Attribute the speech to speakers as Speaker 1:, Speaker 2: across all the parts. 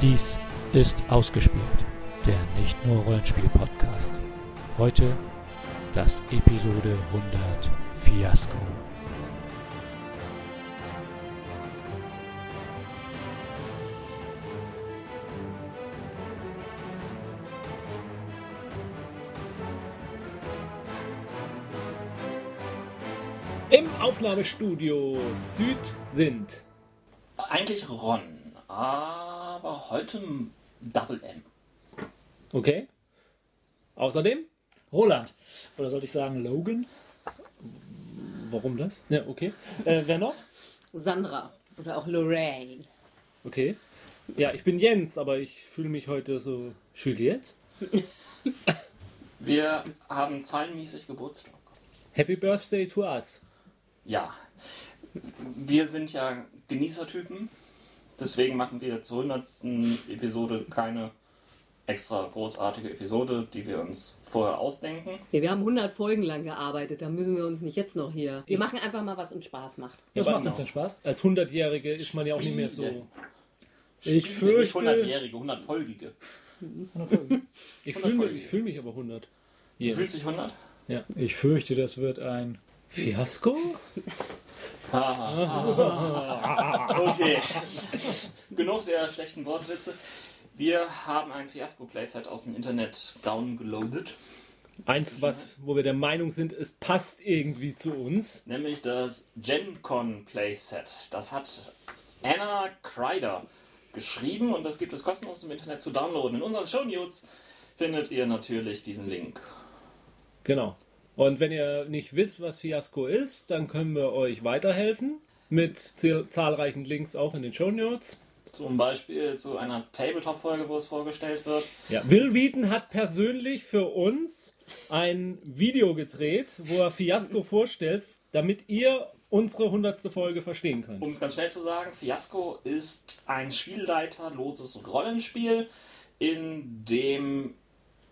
Speaker 1: Dies ist Ausgespielt, der nicht nur Rollenspiel-Podcast. Heute das Episode 100 Fiasko.
Speaker 2: Im Aufnahmestudio Süd sind.
Speaker 3: Eigentlich Ron, aber heute m- Double M.
Speaker 2: Okay. Außerdem Roland. Oder sollte ich sagen Logan? Warum das? Ja, okay. Äh, wer noch?
Speaker 4: Sandra oder auch Lorraine.
Speaker 2: Okay. Ja, ich bin Jens, aber ich fühle mich heute so Juliette.
Speaker 3: Wir haben zahlenmäßig Geburtstag.
Speaker 2: Happy Birthday to us.
Speaker 3: Ja. Wir sind ja Genießertypen. Deswegen machen wir zur 100. Episode keine extra großartige Episode, die wir uns vorher ausdenken.
Speaker 4: Ja, wir haben 100 Folgen lang gearbeitet, da müssen wir uns nicht jetzt noch hier. Wir machen einfach mal, was uns Spaß macht.
Speaker 5: Was
Speaker 3: Ja,
Speaker 5: macht
Speaker 3: genau.
Speaker 5: uns denn Spaß?
Speaker 2: Als 100-Jährige ist man ja auch nicht mehr so.
Speaker 3: Spiele.
Speaker 5: Ich
Speaker 3: Nicht
Speaker 5: fürchte,
Speaker 3: 100-jährige, 100-folgige.
Speaker 2: Ich fühle mich,
Speaker 3: 100-Folge.
Speaker 2: ich fühl mich aber 100.
Speaker 3: Fühlt sich 100?
Speaker 5: ich fürchte, das wird ein.
Speaker 2: Fiasko?
Speaker 3: Haha. Ah. okay. Genug der schlechten Wortwitze. Wir haben ein Fiasko-Playset aus dem Internet downgeloadet.
Speaker 2: Eins, was, wo wir der Meinung sind, es passt irgendwie zu uns.
Speaker 3: Nämlich das GenCon Playset. Das hat Anna Kreider geschrieben und das gibt es kostenlos im Internet zu downloaden. In unseren Shownotes findet ihr natürlich diesen Link.
Speaker 2: Genau. Und wenn ihr nicht wisst, was Fiasko ist, dann können wir euch weiterhelfen. Mit zahl- zahlreichen Links auch in den Show Notes.
Speaker 3: Zum Beispiel zu einer Tabletop-Folge, wo es vorgestellt wird.
Speaker 2: Ja. Will Wheaton hat persönlich für uns ein Video gedreht, wo er Fiasko vorstellt, damit ihr unsere hundertste Folge verstehen könnt.
Speaker 3: Um es ganz schnell zu sagen, Fiasco ist ein spielleiterloses Rollenspiel, in dem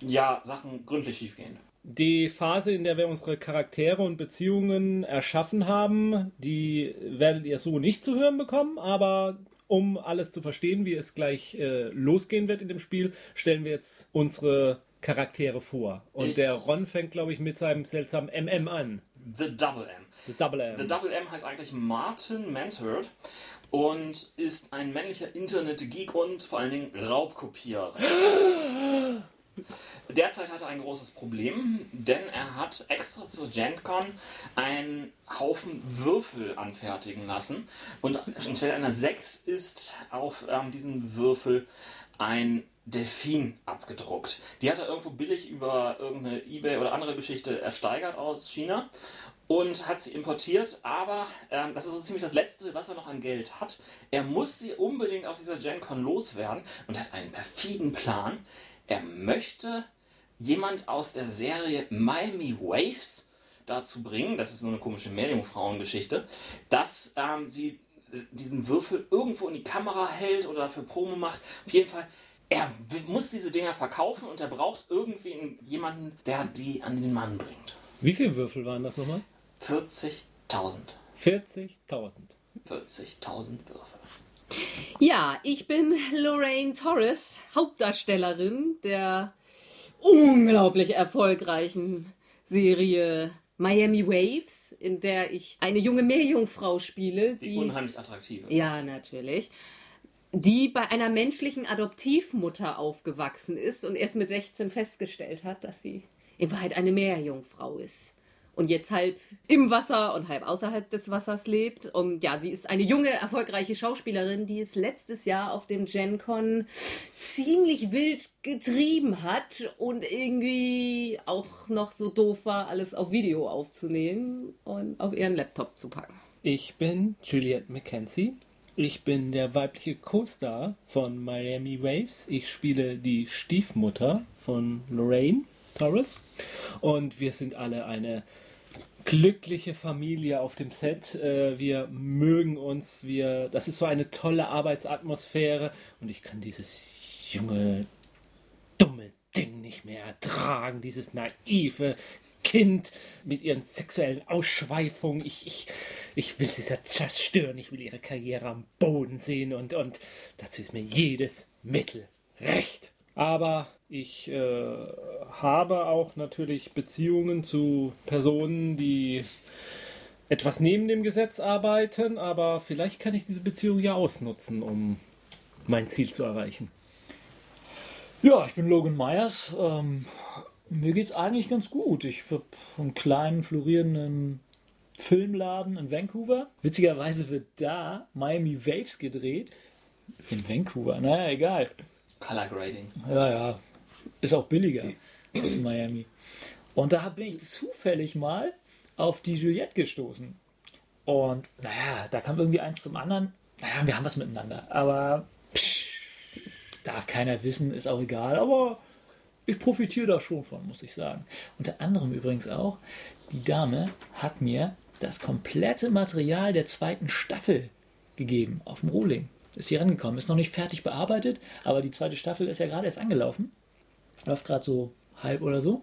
Speaker 3: ja Sachen gründlich schiefgehen.
Speaker 2: Die Phase, in der wir unsere Charaktere und Beziehungen erschaffen haben, die werdet ihr so nicht zu hören bekommen, aber um alles zu verstehen, wie es gleich äh, losgehen wird in dem Spiel, stellen wir jetzt unsere Charaktere vor. Und
Speaker 3: Ich-
Speaker 2: der Ron fängt, glaube ich, mit seinem seltsamen MM an.
Speaker 3: The Double M.
Speaker 2: The Double M.
Speaker 3: The Double M heißt eigentlich Martin Mansford und ist ein männlicher Internet-Geek und vor allen Dingen Raubkopierer. Derzeit hat er ein großes Problem, denn er hat extra zur GenCon einen Haufen Würfel anfertigen lassen und anstelle einer 6 ist auf ähm, diesen Würfel ein Delfin abgedruckt. Die hat er irgendwo billig über irgendeine Ebay oder andere Geschichte ersteigert aus China und hat sie importiert, aber ähm, das ist so ziemlich das Letzte, was er noch an Geld hat. Er muss sie unbedingt auf dieser GenCon loswerden und hat einen perfiden Plan. Er möchte jemand aus der Serie Miami Waves dazu bringen, das ist so eine komische Meerjungfrauengeschichte, dass ähm, sie äh, diesen Würfel irgendwo in die Kamera hält oder für Promo macht. Auf jeden Fall, er w- muss diese Dinger verkaufen und er braucht irgendwie einen- jemanden, der die an den Mann bringt.
Speaker 2: Wie viele Würfel waren das nochmal?
Speaker 3: 40.000.
Speaker 2: 40.000.
Speaker 3: 40.000 Würfel.
Speaker 4: Ja, ich bin Lorraine Torres, Hauptdarstellerin der unglaublich erfolgreichen Serie Miami Waves, in der ich eine junge Meerjungfrau spiele,
Speaker 3: Die,
Speaker 4: die
Speaker 3: unheimlich attraktive.
Speaker 4: Ja, natürlich. Die bei einer menschlichen Adoptivmutter aufgewachsen ist und erst mit 16 festgestellt hat, dass sie in Wahrheit eine Meerjungfrau ist. Und jetzt halb im Wasser und halb außerhalb des Wassers lebt. Und ja, sie ist eine junge, erfolgreiche Schauspielerin, die es letztes Jahr auf dem GenCon ziemlich wild getrieben hat und irgendwie auch noch so doof war, alles auf Video aufzunehmen und auf ihren Laptop zu packen.
Speaker 2: Ich bin Juliette McKenzie. Ich bin der weibliche Co-Star von Miami Waves. Ich spiele die Stiefmutter von Lorraine Torres. Und wir sind alle eine glückliche Familie auf dem Set. Äh, Wir mögen uns. Wir, das ist so eine tolle Arbeitsatmosphäre. Und ich kann dieses junge, dumme Ding nicht mehr ertragen. Dieses naive Kind mit ihren sexuellen Ausschweifungen. Ich, ich, ich will sie zerstören. Ich will ihre Karriere am Boden sehen. Und, und dazu ist mir jedes Mittel, Recht. Aber ich äh, habe auch natürlich Beziehungen zu Personen, die etwas neben dem Gesetz arbeiten, aber vielleicht kann ich diese Beziehung ja ausnutzen, um mein Ziel zu erreichen.
Speaker 5: Ja, ich bin Logan Myers. Ähm, mir geht's eigentlich ganz gut. Ich habe einen kleinen florierenden Filmladen in Vancouver. Witzigerweise wird da Miami Waves gedreht. In Vancouver. Naja, egal.
Speaker 3: Color Grading.
Speaker 5: Ja, ja. Ist auch billiger als in Miami. Und da bin ich zufällig mal auf die Juliette gestoßen. Und naja, da kam irgendwie eins zum anderen. Naja, wir haben was miteinander. Aber psch, darf keiner wissen, ist auch egal. Aber ich profitiere da schon von, muss ich sagen. Unter anderem übrigens auch, die Dame hat mir das komplette Material der zweiten Staffel gegeben auf dem Rohling. Ist hier rangekommen, ist noch nicht fertig bearbeitet, aber die zweite Staffel ist ja gerade erst angelaufen. Läuft gerade so halb oder so.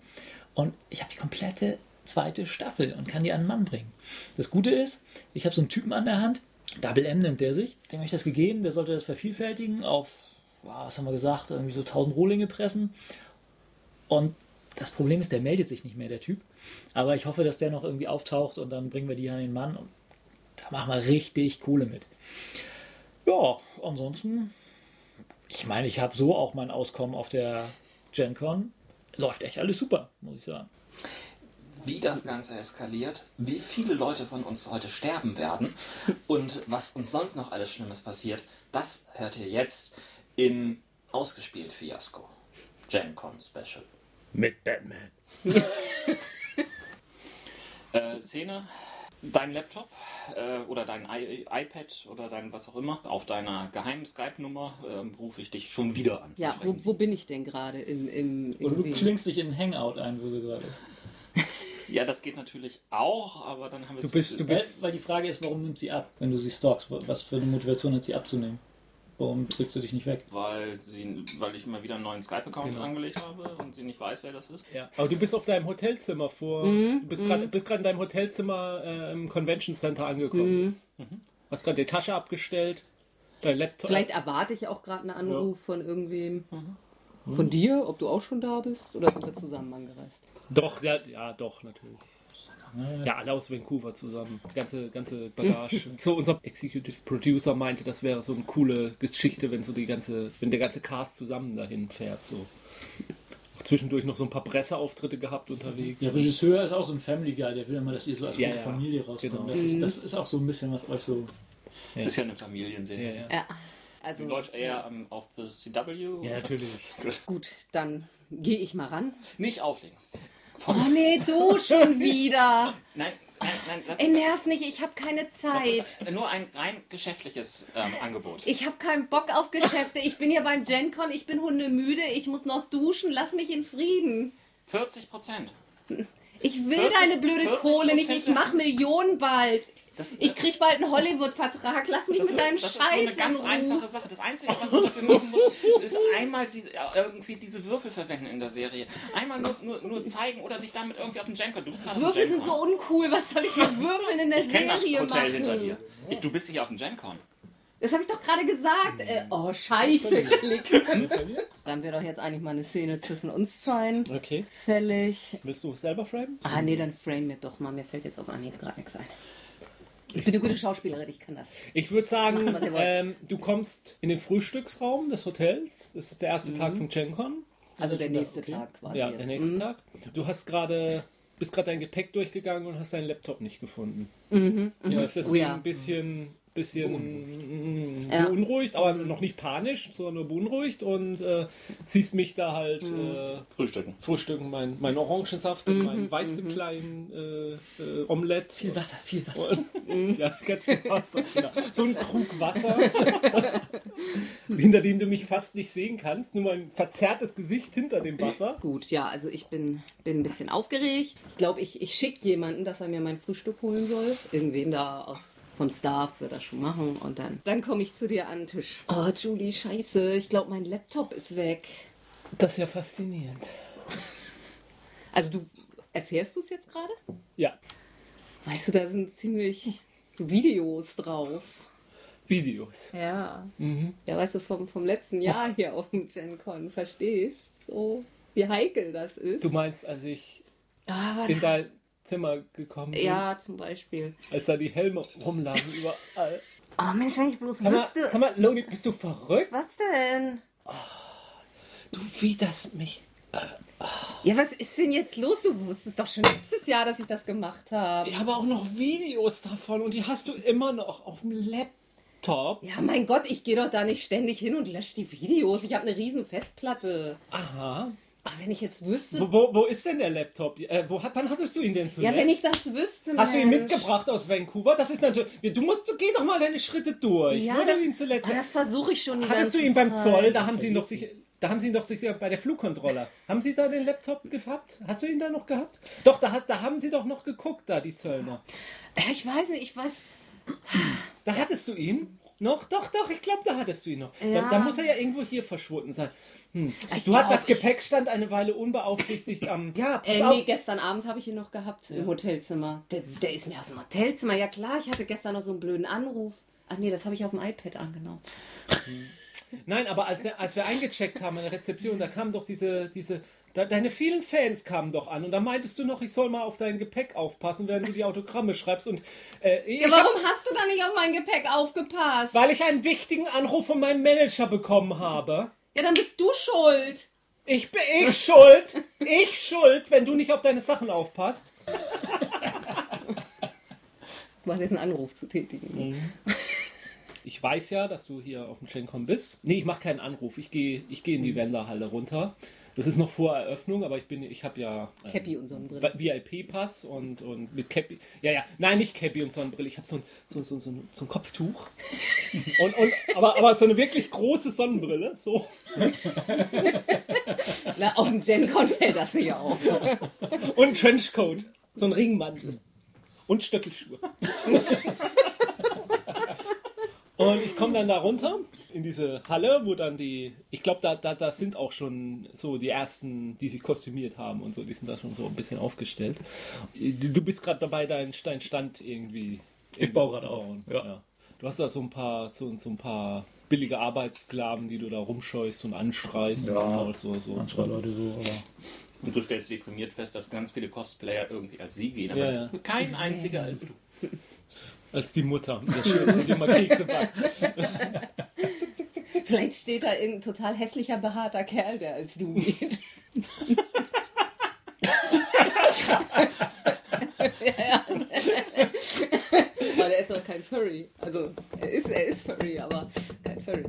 Speaker 5: Und ich habe die komplette zweite Staffel und kann die an den Mann bringen. Das Gute ist, ich habe so einen Typen an der Hand, Double M nennt der sich, dem habe ich das gegeben, der sollte das vervielfältigen auf, ja, was haben wir gesagt, irgendwie so 1000 Rohlinge pressen. Und das Problem ist, der meldet sich nicht mehr, der Typ. Aber ich hoffe, dass der noch irgendwie auftaucht und dann bringen wir die an den Mann und da machen wir richtig Kohle mit. Ja, ansonsten, ich meine, ich habe so auch mein Auskommen auf der Gen Con. Läuft echt alles super, muss ich sagen.
Speaker 3: wie das Ganze eskaliert, wie viele Leute von uns heute sterben werden und was uns sonst noch alles Schlimmes passiert, das hört ihr jetzt im Ausgespielt Fiasko. GenCon Special.
Speaker 2: Mit Batman.
Speaker 3: Äh, Szene, dein Laptop äh, oder dein I iPad oder dein was auch immer, auf deiner geheimen Skype-Nummer ähm, rufe ich dich schon wieder an.
Speaker 4: Ja, wo,
Speaker 3: Entsprechend.
Speaker 4: wo bin ich denn gerade? Im, im,
Speaker 5: Oder du
Speaker 4: irgendwie-
Speaker 5: klingst dich in den Hangout ein, wo sie gerade ist.
Speaker 3: ja, das geht natürlich auch, aber dann haben wir
Speaker 5: Du
Speaker 3: zu-
Speaker 5: bist, du bist. Weil die Frage ist, warum nimmt sie ab, wenn du sie stalkst? Was für eine Motivation hat sie abzunehmen? Warum drückst du dich nicht weg?
Speaker 3: weil, sie, weil ich mal wieder einen neuen Skype-Account
Speaker 5: Genau.
Speaker 3: angelegt habe und sie nicht weiß, wer das ist.
Speaker 2: Ja. Aber du bist auf deinem Hotelzimmer vor. Du bist gerade bist gerade in deinem Hotelzimmer äh, im Convention Center angekommen. Mhm. Hast gerade die Tasche abgestellt, dein Laptop.
Speaker 3: äh,
Speaker 4: Vielleicht erwarte ich auch gerade einen Anruf von irgendwem.
Speaker 3: Mhm.
Speaker 4: Von dir, ob du auch schon da bist oder sind wir zusammen angereist?
Speaker 2: Doch, ja, ja, doch, natürlich. Ja, alle aus Vancouver zusammen. Ganze, ganze Bagage. so, unser Executive Producer meinte, das wäre so eine coole Geschichte, wenn so die ganze, wenn der ganze Cast zusammen dahin fährt. So. Auch zwischendurch noch so ein paar Presseauftritte gehabt unterwegs.
Speaker 5: Der Regisseur ist auch so ein Family Guy, der will immer, dass ihr so als
Speaker 2: Ja,
Speaker 5: gute
Speaker 2: ja.
Speaker 5: Familie rauskommt.
Speaker 2: Genau.
Speaker 5: Das, ist, das ist auch so ein bisschen, was euch so.
Speaker 3: Ist ja eine Familienserie.
Speaker 2: ja, ja.
Speaker 4: Ja,
Speaker 3: Sie
Speaker 4: also
Speaker 3: läuft eher ähm, auf The CW.
Speaker 2: ja, natürlich.
Speaker 4: gut, dann gehe ich mal ran.
Speaker 3: Nicht auflegen.
Speaker 4: Oh nee, du schon wieder.
Speaker 3: Nein, nein, nein. Lass,
Speaker 4: Ey, nerv nicht, ich habe keine
Speaker 3: das
Speaker 4: Zeit.
Speaker 3: ist äh, nur ein rein geschäftliches ähm, Angebot.
Speaker 4: Ich habe keinen Bock auf Geschäfte. Ich bin hier beim GenCon, ich bin hundemüde, ich muss noch duschen, lass mich in Frieden.
Speaker 3: 40 Prozent.
Speaker 4: Ich will
Speaker 3: 40
Speaker 4: deine blöde
Speaker 3: 40
Speaker 4: Kohle nicht,
Speaker 3: Prozent
Speaker 4: ich mach Millionen bald.
Speaker 3: Das,
Speaker 4: Ich krieg bald einen Hollywood-Vertrag, lass mich
Speaker 3: das
Speaker 4: mit
Speaker 3: ist,
Speaker 4: deinem
Speaker 3: das ist so
Speaker 4: Scheiß
Speaker 3: eine ganz
Speaker 4: in Ruhe.
Speaker 3: einfache Sache. Das Einzige, was du dafür machen musst, ist einmal die, äh, irgendwie diese Würfel verwenden in der Serie. Einmal nur, nur, nur zeigen oder dich damit irgendwie auf den Jenker. Du bist gerade auf dem
Speaker 4: Würfel sind
Speaker 3: Gencon.
Speaker 4: so uncool, was soll ich mit Würfeln in der
Speaker 3: Ich kenn das
Speaker 4: Serie
Speaker 3: Hotel
Speaker 4: machen?
Speaker 3: hinter dir. Ich, du bist hier auf dem Gencon.
Speaker 4: Das habe ich doch gerade gesagt. Äh,
Speaker 3: Hm.
Speaker 4: oh, scheiße, klicken. Dann wird doch jetzt eigentlich mal eine Szene zwischen uns sein.
Speaker 2: Okay.
Speaker 4: Fällig.
Speaker 2: Willst du es selber framen?
Speaker 4: Ah, nee, dann frame it doch mal. Mir fällt jetzt auf Anhieb gerade nichts ein. Ich bin eine gute Schauspielerin, ich kann das.
Speaker 2: Ich würde sagen,
Speaker 4: Macht, was ihr wollt.
Speaker 2: ähm, du kommst in den Frühstücksraum des Hotels. Das ist der erste
Speaker 4: Mhm.
Speaker 2: Tag vom GenCon.
Speaker 4: Also der nächste
Speaker 2: okay.
Speaker 4: Tag quasi.
Speaker 2: Ja,
Speaker 4: jetzt.
Speaker 2: der nächste
Speaker 4: Mhm.
Speaker 2: Tag. Du hast gerade, bist gerade dein Gepäck durchgegangen und hast deinen Laptop nicht gefunden. Mhm. Du bist deswegen
Speaker 4: Oh ja.
Speaker 2: ein bisschen, bisschen
Speaker 4: Ja.
Speaker 2: beunruhigt, aber noch nicht panisch, sondern nur beunruhigt und äh, siehst mich da halt
Speaker 4: Mhm.
Speaker 2: äh,
Speaker 3: Frühstücken.
Speaker 2: frühstücken, mein, mein Orangensaft und mein Weizenklein äh, äh, Omelette.
Speaker 5: Viel Wasser, viel Wasser.
Speaker 2: ja, ganz viel Wasser. Genau. So ein Krug Wasser, hinter dem du mich fast nicht sehen kannst. Nur mein verzerrtes Gesicht hinter dem Wasser.
Speaker 4: Gut, ja, also ich bin, bin ein bisschen aufgeregt. Ich glaube, ich, ich schicke jemanden, dass er mir mein Frühstück holen soll. Irgendwen da aus, vom Staff wird das schon machen. Und dann, dann komme ich zu dir an den Tisch. Oh, Julie, scheiße. Ich glaube, mein Laptop ist weg.
Speaker 2: Das ist ja faszinierend.
Speaker 4: Also du erfährst du es jetzt gerade?
Speaker 2: Ja.
Speaker 4: Weißt du, da sind ziemlich Videos drauf.
Speaker 2: Videos.
Speaker 4: Ja. Ja, weißt du, vom, vom letzten Jahr hier auf dem Gen Con, verstehst so, wie heikel das ist.
Speaker 2: Du meinst, als ich
Speaker 4: Aber,
Speaker 2: in dein Zimmer gekommen bin,
Speaker 4: Ah, ja, zum Beispiel.
Speaker 2: als da die Helme rumlagen überall.
Speaker 4: Oh Mensch, wenn ich bloß
Speaker 2: Sag mal,
Speaker 4: wüsste.
Speaker 2: sag mal, Loni, bist du verrückt?
Speaker 4: was denn?
Speaker 2: Du, wie das mich...
Speaker 4: Ja, was ist denn jetzt los? Du wusstest doch schon letztes Jahr, dass ich das gemacht habe.
Speaker 2: Ich habe auch noch Videos davon und die hast du immer noch auf dem Laptop.
Speaker 4: Ja, mein Gott, ich gehe doch da nicht ständig hin und lösche die Videos. Ich habe eine riesen Festplatte.
Speaker 2: Aha.
Speaker 4: Aber wenn ich jetzt wüsste.
Speaker 2: Wo, wo, wo ist denn der Laptop? Äh, wo, hat- wann hattest du ihn denn zuletzt?
Speaker 4: ja, wenn ich äh, das wüsste.
Speaker 2: Hast du ihn
Speaker 4: Mensch.
Speaker 2: mitgebracht aus Vancouver? Das ist natürlich. Du musst, du geh doch mal deine Schritte durch.
Speaker 4: Ja,
Speaker 2: Wo hast
Speaker 4: das,
Speaker 2: du ihn zuletzt.
Speaker 4: Ah, das versuche ich schon. die
Speaker 2: Hattest du
Speaker 4: ganze
Speaker 2: ihn beim
Speaker 4: Zeit.
Speaker 2: Zoll? Da haben sie ihn doch sich, da haben sie ihn doch sich bei der Flugkontrolle. Haben sie da den Laptop gehabt? Hast du ihn da noch gehabt? Doch, da, hat, da haben sie doch noch geguckt, da die Zöllner.
Speaker 4: Ja, Ich weiß nicht, ich weiß.
Speaker 2: Da hattest du ihn noch? Doch, doch, ich glaube, da hattest du ihn noch. Da,
Speaker 4: Ja.
Speaker 2: da muss er ja irgendwo hier verschwunden sein. Hm.
Speaker 4: Ich
Speaker 2: Du hast
Speaker 4: glaub,
Speaker 2: das
Speaker 4: ich-
Speaker 2: Gepäck stand eine Weile unbeaufsichtigt am. Ja, pass
Speaker 4: Äh,
Speaker 2: auf.
Speaker 4: nee, gestern Abend habe ich ihn noch gehabt im Hotelzimmer. Der, der ist mir aus dem Hotelzimmer. Ja klar, ich hatte gestern noch so einen blöden Anruf. Ach nee, das habe ich auf dem iPad angenommen.
Speaker 2: Nein, aber als, als wir eingecheckt haben in der Rezeption, da kamen doch diese, diese, da, deine vielen Fans kamen doch an und da meintest du noch, ich soll mal auf dein Gepäck aufpassen, während du die Autogramme schreibst und äh, ich
Speaker 4: Ja,
Speaker 2: hab,
Speaker 4: warum hast du da nicht auf mein Gepäck aufgepasst?
Speaker 2: weil ich einen wichtigen Anruf von meinem Manager bekommen habe.
Speaker 4: Ja, dann bist du schuld.
Speaker 2: Ich bin ich schuld, ich schuld, wenn du nicht auf deine Sachen aufpasst.
Speaker 4: Du hast jetzt einen Anruf zu tätigen.
Speaker 2: Ich weiß ja, dass du hier auf dem Gencom bist. Nee, ich mache keinen Anruf. Ich gehe ich geh in die Wenderhalle runter. Das ist noch vor Eröffnung, aber ich bin, ich habe ja ähm,
Speaker 4: Cappy und Sonnenbrille.
Speaker 2: Vi- VIP-Pass und, und mit Cappy. Ja, ja, nein, nicht Cappy und Sonnenbrille. Ich habe so ein, so, so, so, ein- so ein Kopftuch. und, und, aber, aber so eine wirklich große Sonnenbrille. So.
Speaker 4: Na, auf dem Gen-Con fällt das nicht auf.
Speaker 2: Und ein Trenchcoat. So ein Ringmantel. Und Stöckelschuhe. und ich komme dann da runter in diese Halle, wo dann die. Ich glaube, da, da, da sind auch schon so die ersten, die sich kostümiert haben und so. Die sind da schon so ein bisschen aufgestellt. Du du bist gerade dabei, deinen deinen Stand irgendwie. irgendwie
Speaker 5: baue gerade
Speaker 2: aufzubauen.
Speaker 5: auf, ja.
Speaker 2: Du hast da so ein paar, so, so ein paar billige Arbeitssklaven, die du da rumscheust und anschreist.
Speaker 5: Ja.
Speaker 2: und so, so,
Speaker 5: Manchmal Leute so, aber.
Speaker 3: Und du stellst deprimiert fest, dass ganz viele Cosplayer irgendwie als sie gehen, aber
Speaker 2: Ja, ja.
Speaker 3: kein einziger als du.
Speaker 2: Als die Mutter, mit der schön sie dir mal Kekse backt.
Speaker 4: Vielleicht steht da irgendein total hässlicher, behaarter Kerl, der als du geht. ja, ja. aber der ist doch kein Furry. Also, er ist, er ist Furry, aber kein Furry.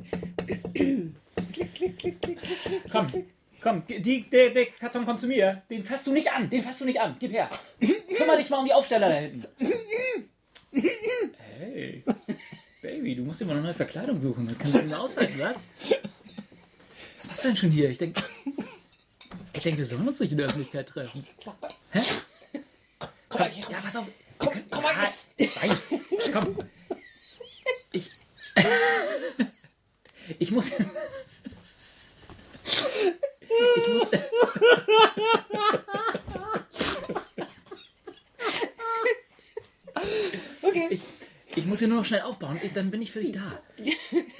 Speaker 5: Komm, komm, die, der, der Karton kommt zu mir. Den fasst du nicht an, den fasst du nicht an. Gib her. Kümmer dich mal um die Aufsteller da hinten. hey, Baby, du musst immer noch neue Verkleidung suchen. Das kannst du nicht mehr aushalten, was? Was machst du denn schon hier? Ich denke, ich denk, wir sollen uns nicht in der Öffentlichkeit treffen. Hä? Komm mal hier. Ja, pass auf. Komm, komm mal jetzt. Ich weiß. Komm. Ich. Ich muss. Ich muss.
Speaker 4: Okay.
Speaker 5: Ich, ich muss hier nur noch schnell aufbauen. Ich, dann bin ich für dich da.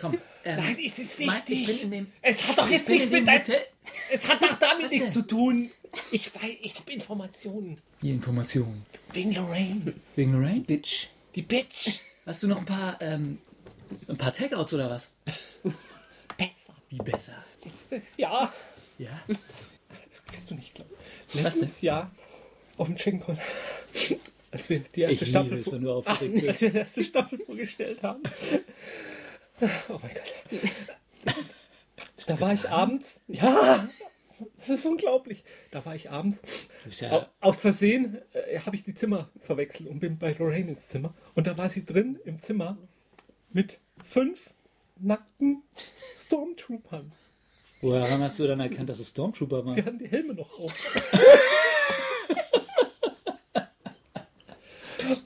Speaker 5: Komm. Ähm,
Speaker 2: Nein, es ist
Speaker 5: Mann, ich bin in
Speaker 2: wichtig.
Speaker 5: dem.
Speaker 2: Es hat doch
Speaker 5: ich
Speaker 2: jetzt
Speaker 5: bin
Speaker 2: nichts
Speaker 5: in dem
Speaker 2: mit deinem.
Speaker 5: Hotel.
Speaker 2: Es hat doch damit
Speaker 5: Was
Speaker 2: nichts zu
Speaker 5: denn?
Speaker 2: tun. Ich weiß, ich habe Informationen.
Speaker 5: Die Informationen.
Speaker 2: Wegen Lorraine.
Speaker 5: Wegen Lorraine?
Speaker 4: Bitch.
Speaker 2: Die Bitch.
Speaker 5: Hast du noch ein paar, ähm, ein paar Tagouts oder was?
Speaker 2: Besser.
Speaker 5: Wie besser.
Speaker 2: Letztes Jahr.
Speaker 5: Ja.
Speaker 2: Das wirst du nicht glauben.
Speaker 5: Was
Speaker 2: Letztes Jahr auf dem Chincon. Als wir die erste Staffel. vor- Ah,
Speaker 5: du aufgeregt
Speaker 2: als wir die erste Staffel vorgestellt haben. Oh mein Gott. Da war ich abends. Ja! Das ist unglaublich. Da war ich abends.
Speaker 5: Du bist ja-
Speaker 2: Au- Aus Versehen äh, habe ich die Zimmer verwechselt und bin bei Lorraine ins Zimmer. Und da war sie drin im Zimmer mit fünf nackten Stormtroopern.
Speaker 5: Woran hast du dann erkannt, dass es Stormtrooper
Speaker 2: Sie
Speaker 5: waren?
Speaker 2: hatten die Helme noch auf.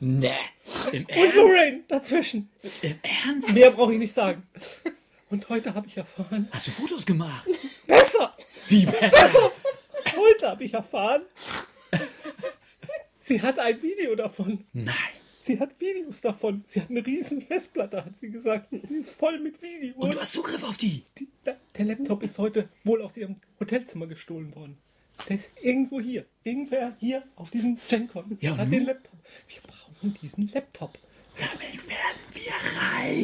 Speaker 5: Nee. Im
Speaker 2: Und
Speaker 5: Ernst?
Speaker 2: Lorraine dazwischen.
Speaker 5: Im Ernst?
Speaker 2: Mehr brauche ich nicht sagen. Und heute habe ich erfahren.
Speaker 5: Hast du Fotos gemacht?
Speaker 2: Besser!
Speaker 5: Wie besser?
Speaker 2: Heute habe ich erfahren, sie hat ein Video davon.
Speaker 6: Hm.
Speaker 5: Nein.
Speaker 2: Sie hat Videos davon. Sie hat eine riesen Festplatte, hat sie gesagt. Die ist voll mit Videos.
Speaker 6: Und du hast Zugriff auf die.
Speaker 2: Die, na, der Laptop ist heute wohl aus ihrem Hotelzimmer gestohlen worden. Der ist irgendwo hier. Irgendwer hier auf diesem Gencon
Speaker 6: Ja, und
Speaker 2: hat
Speaker 6: nun?
Speaker 2: den Laptop. Wir brauchen diesen Laptop.
Speaker 6: Damit werden wir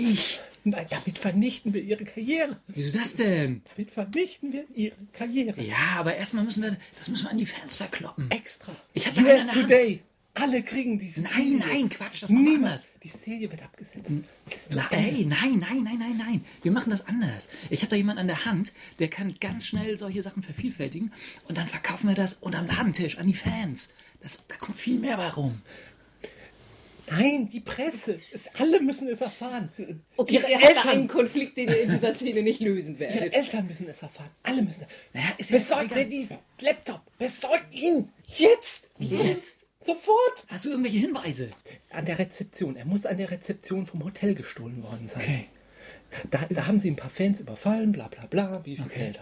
Speaker 6: reich.
Speaker 2: Nein, damit vernichten wir ihre Karriere.
Speaker 6: Wieso das denn?
Speaker 2: Damit vernichten wir ihre Karriere.
Speaker 6: Ja, aber erstmal müssen wir, das müssen wir an die Fans verkloppen.
Speaker 2: Extra.
Speaker 6: Ich hab da einen in
Speaker 2: US
Speaker 6: der Hand.
Speaker 2: Today. Alle kriegen dieses
Speaker 6: Nein,
Speaker 2: Video.
Speaker 6: nein, Quatsch, das machen wir
Speaker 2: Niemand.
Speaker 6: anders.
Speaker 2: Die Serie wird abgesetzt. Das ist
Speaker 6: Na,
Speaker 2: geil.
Speaker 6: ey, nein, nein, nein, nein, nein. Wir machen das anders. Ich habe da jemanden an der Hand, der kann ganz schnell solche Sachen vervielfältigen und dann verkaufen wir das unterm Ladentisch an die Fans. Das, da kommt viel mehr bei rum.
Speaker 2: Nein, die Presse. Es, alle müssen es erfahren.
Speaker 4: Okay,
Speaker 2: ihre,
Speaker 4: ihr habt da einen
Speaker 2: Eltern,
Speaker 4: Konflikt, den ihr in dieser Szene nicht lösen
Speaker 2: ihre
Speaker 4: werdet.
Speaker 2: Eltern müssen es erfahren. Alle müssen es
Speaker 6: Naja, ist ja
Speaker 2: Besorgt
Speaker 6: egal.
Speaker 2: mir diesen Laptop. Besorgt ihn. Jetzt.
Speaker 6: Jetzt?
Speaker 2: Sofort.
Speaker 6: Hast du irgendwelche Hinweise?
Speaker 2: An der Rezeption. Er muss an der Rezeption vom Hotel gestohlen worden sein.
Speaker 6: Okay.
Speaker 2: Da, da haben sie ein paar Fans überfallen, bla bla bla, wie viel
Speaker 6: Okay.
Speaker 2: Geld.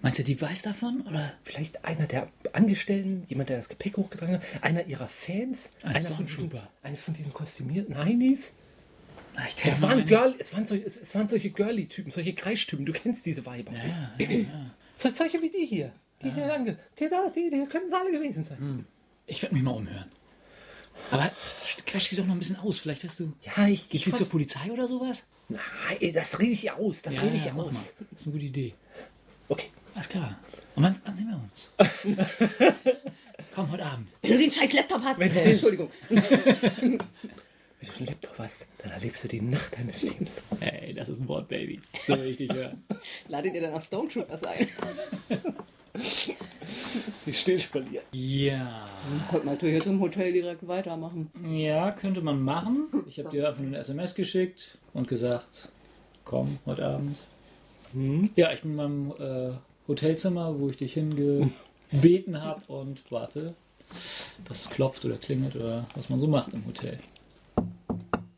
Speaker 6: Meinst du, die weiß davon? Oder?
Speaker 2: Vielleicht einer der Angestellten, jemand, der das Gepäck hochgetragen hat, einer ihrer Fans,
Speaker 6: Ein
Speaker 2: einer von diesen,
Speaker 6: Stormtrooper.
Speaker 2: eines von diesen kostümierten Heinis.
Speaker 6: Na, ich
Speaker 2: Es
Speaker 6: ja
Speaker 2: waren,
Speaker 6: meine-
Speaker 2: Girl, es, waren solche, es, es waren solche Girly-Typen, solche Kreistypen, du kennst diese Weiber. So, solche wie die hier. Die hier ange. Die da, die, die könnten es alle gewesen sein.
Speaker 6: Ich werde mich mal umhören. Aber quatsch sie doch noch ein bisschen aus. Vielleicht hast du.
Speaker 2: Ja, ich
Speaker 6: Geht
Speaker 2: ich
Speaker 6: sie
Speaker 2: vers-
Speaker 6: zur Polizei oder sowas?
Speaker 2: Nein, das rede ich aus, das rede ich
Speaker 6: mach
Speaker 2: aus.
Speaker 6: mal. Das ist eine gute Idee.
Speaker 2: Okay.
Speaker 6: Alles klar. Und wann, wann sehen wir uns? Komm, heute Abend.
Speaker 4: Wenn du den scheiß Laptop hast,
Speaker 2: Wenn du
Speaker 4: äh,
Speaker 2: den-
Speaker 4: Entschuldigung.
Speaker 2: Wenn du einen Laptop hast, dann erlebst du die Nacht deines Lebens.
Speaker 5: Ey, das ist ein Wort, Baby. So richtig hören.
Speaker 4: Ladet ihr dann auch Stormtroopers ein?
Speaker 2: Die Stillspalier.
Speaker 5: Ja.
Speaker 4: Könnt man natürlich jetzt im Hotel direkt weitermachen.
Speaker 5: Ja, könnte man machen. Ich habe dir einfach eine SMS geschickt und gesagt, komm, heute Abend. Ja, ich bin in meinem äh, Hotelzimmer, wo ich dich hingebeten habe und warte, dass es klopft oder klingelt oder was man so macht im Hotel.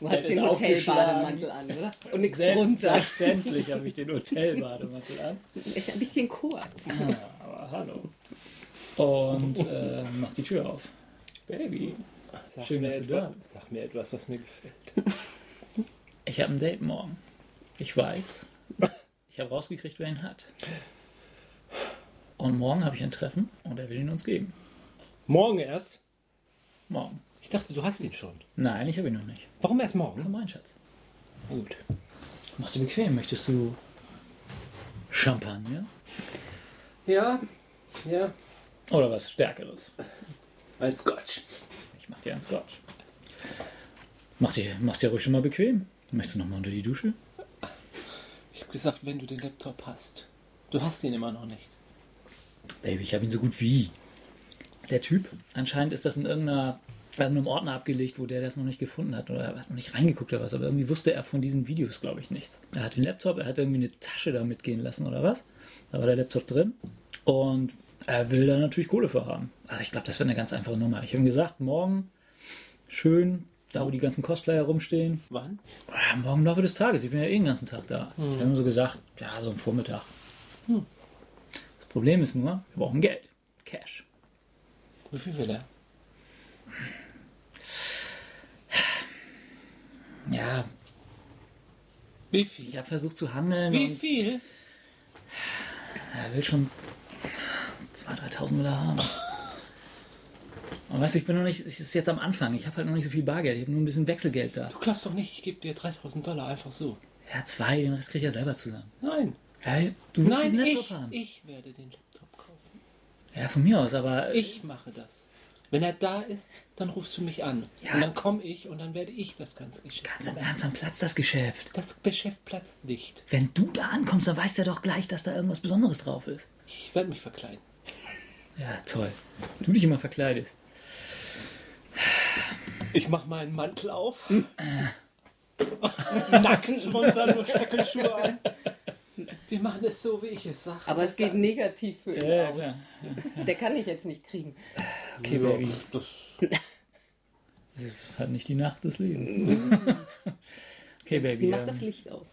Speaker 4: Du hast
Speaker 5: Der ist
Speaker 4: den Hotelbademantel an, oder? Und nichts drunter.
Speaker 5: Selbstverständlich habe ich den Hotelbademantel an.
Speaker 4: Ist ein bisschen kurz.
Speaker 5: Ja, aber hallo. Und äh, mach die Tür auf. Baby.
Speaker 2: Sag
Speaker 5: Schön,
Speaker 2: mir
Speaker 5: dass du
Speaker 2: etwa-
Speaker 5: da
Speaker 2: Sag mir etwas, was mir gefällt.
Speaker 5: Ich habe ein Date morgen. Ich weiß. Ich habe rausgekriegt, wer ihn hat. Und morgen habe ich ein Treffen und er will ihn uns geben.
Speaker 2: Morgen erst?
Speaker 5: Morgen.
Speaker 2: Ich dachte, du hast ihn schon.
Speaker 5: Nein, ich habe ihn noch nicht.
Speaker 2: Warum erst morgen?
Speaker 5: Komm rein, Schatz.
Speaker 2: Gut.
Speaker 5: Machst du bequem? Möchtest du Champagner?
Speaker 2: Ja, ja.
Speaker 5: Oder was Stärkeres?
Speaker 2: Ein Scotch.
Speaker 5: Ich mach dir einen Scotch. Mach dir, mach's dir ruhig schon mal bequem. Möchtest du nochmal unter die Dusche?
Speaker 2: Ich habe gesagt, wenn du den Laptop hast. Du hast ihn immer noch nicht.
Speaker 5: Baby, ich habe ihn so gut wie. Der Typ, anscheinend ist das in irgendeiner in einem Ordner abgelegt, wo der das noch nicht gefunden hat oder was noch nicht reingeguckt oder was, aber irgendwie wusste er von diesen Videos, glaube ich, nichts. Er hat den Laptop, er hat irgendwie eine Tasche da mitgehen lassen oder was. Da war der Laptop drin und er will da natürlich Kohle für haben. Also ich glaube, das wäre eine ganz einfache Nummer. Ich habe ihm gesagt, morgen schön, da wo die ganzen Cosplayer rumstehen,
Speaker 2: Wann?
Speaker 5: Ah, morgen im Laufe des Tages. Ich bin ja eh den ganzen Tag da.
Speaker 4: Hm.
Speaker 5: Ich habe mir so gesagt, ja, so am Vormittag. Das Problem ist nur, wir brauchen Geld. Cash.
Speaker 2: Wie viel will er?
Speaker 5: Ja,
Speaker 2: Wie
Speaker 5: ich
Speaker 2: viel?
Speaker 5: habe versucht zu handeln.
Speaker 2: Wie
Speaker 5: und
Speaker 2: viel?
Speaker 5: er will schon 2.000, 3.000 Dollar haben. Und weißt du, ich bin noch nicht, es ist jetzt am Anfang. Ich habe halt noch nicht so viel Bargeld. Ich habe nur ein bisschen Wechselgeld da.
Speaker 2: Du glaubst doch nicht, ich gebe dir 3000 Dollar einfach so.
Speaker 5: Ja, zwei, den Rest kriege ich ja selber zusammen.
Speaker 2: Nein.
Speaker 5: Hey, du willst
Speaker 2: Nein,
Speaker 5: diesen
Speaker 2: ich,
Speaker 5: Laptop haben.
Speaker 2: ich werde den Laptop kaufen.
Speaker 5: Ja, von mir aus, aber
Speaker 2: Ich mache das. Wenn er da ist, dann rufst du mich an.
Speaker 5: Ja.
Speaker 2: Und dann komme ich und dann werde ich das ganze Geschäft.
Speaker 5: ganz im Ernst, am Platz das Geschäft.
Speaker 2: Das Geschäft platzt nicht.
Speaker 5: Wenn du da ankommst, dann weiß der doch gleich, dass da irgendwas Besonderes drauf ist.
Speaker 2: Ich werde mich verkleiden.
Speaker 5: Ja, toll. Du dich immer verkleidest.
Speaker 2: Ich mache meinen Mantel auf.
Speaker 5: Hm.
Speaker 2: Nacken runter, nur Stöckelschuhe an. Wir machen es so, wie ich es sage.
Speaker 4: Aber es geht negativ für ihn
Speaker 5: Ja,
Speaker 4: aus.
Speaker 5: klar.
Speaker 4: Der kann ich jetzt nicht kriegen.
Speaker 5: Okay, Baby. Das ist halt nicht die Nacht des Lebens. okay, Baby.
Speaker 4: Sie macht
Speaker 5: ähm,
Speaker 4: das Licht aus.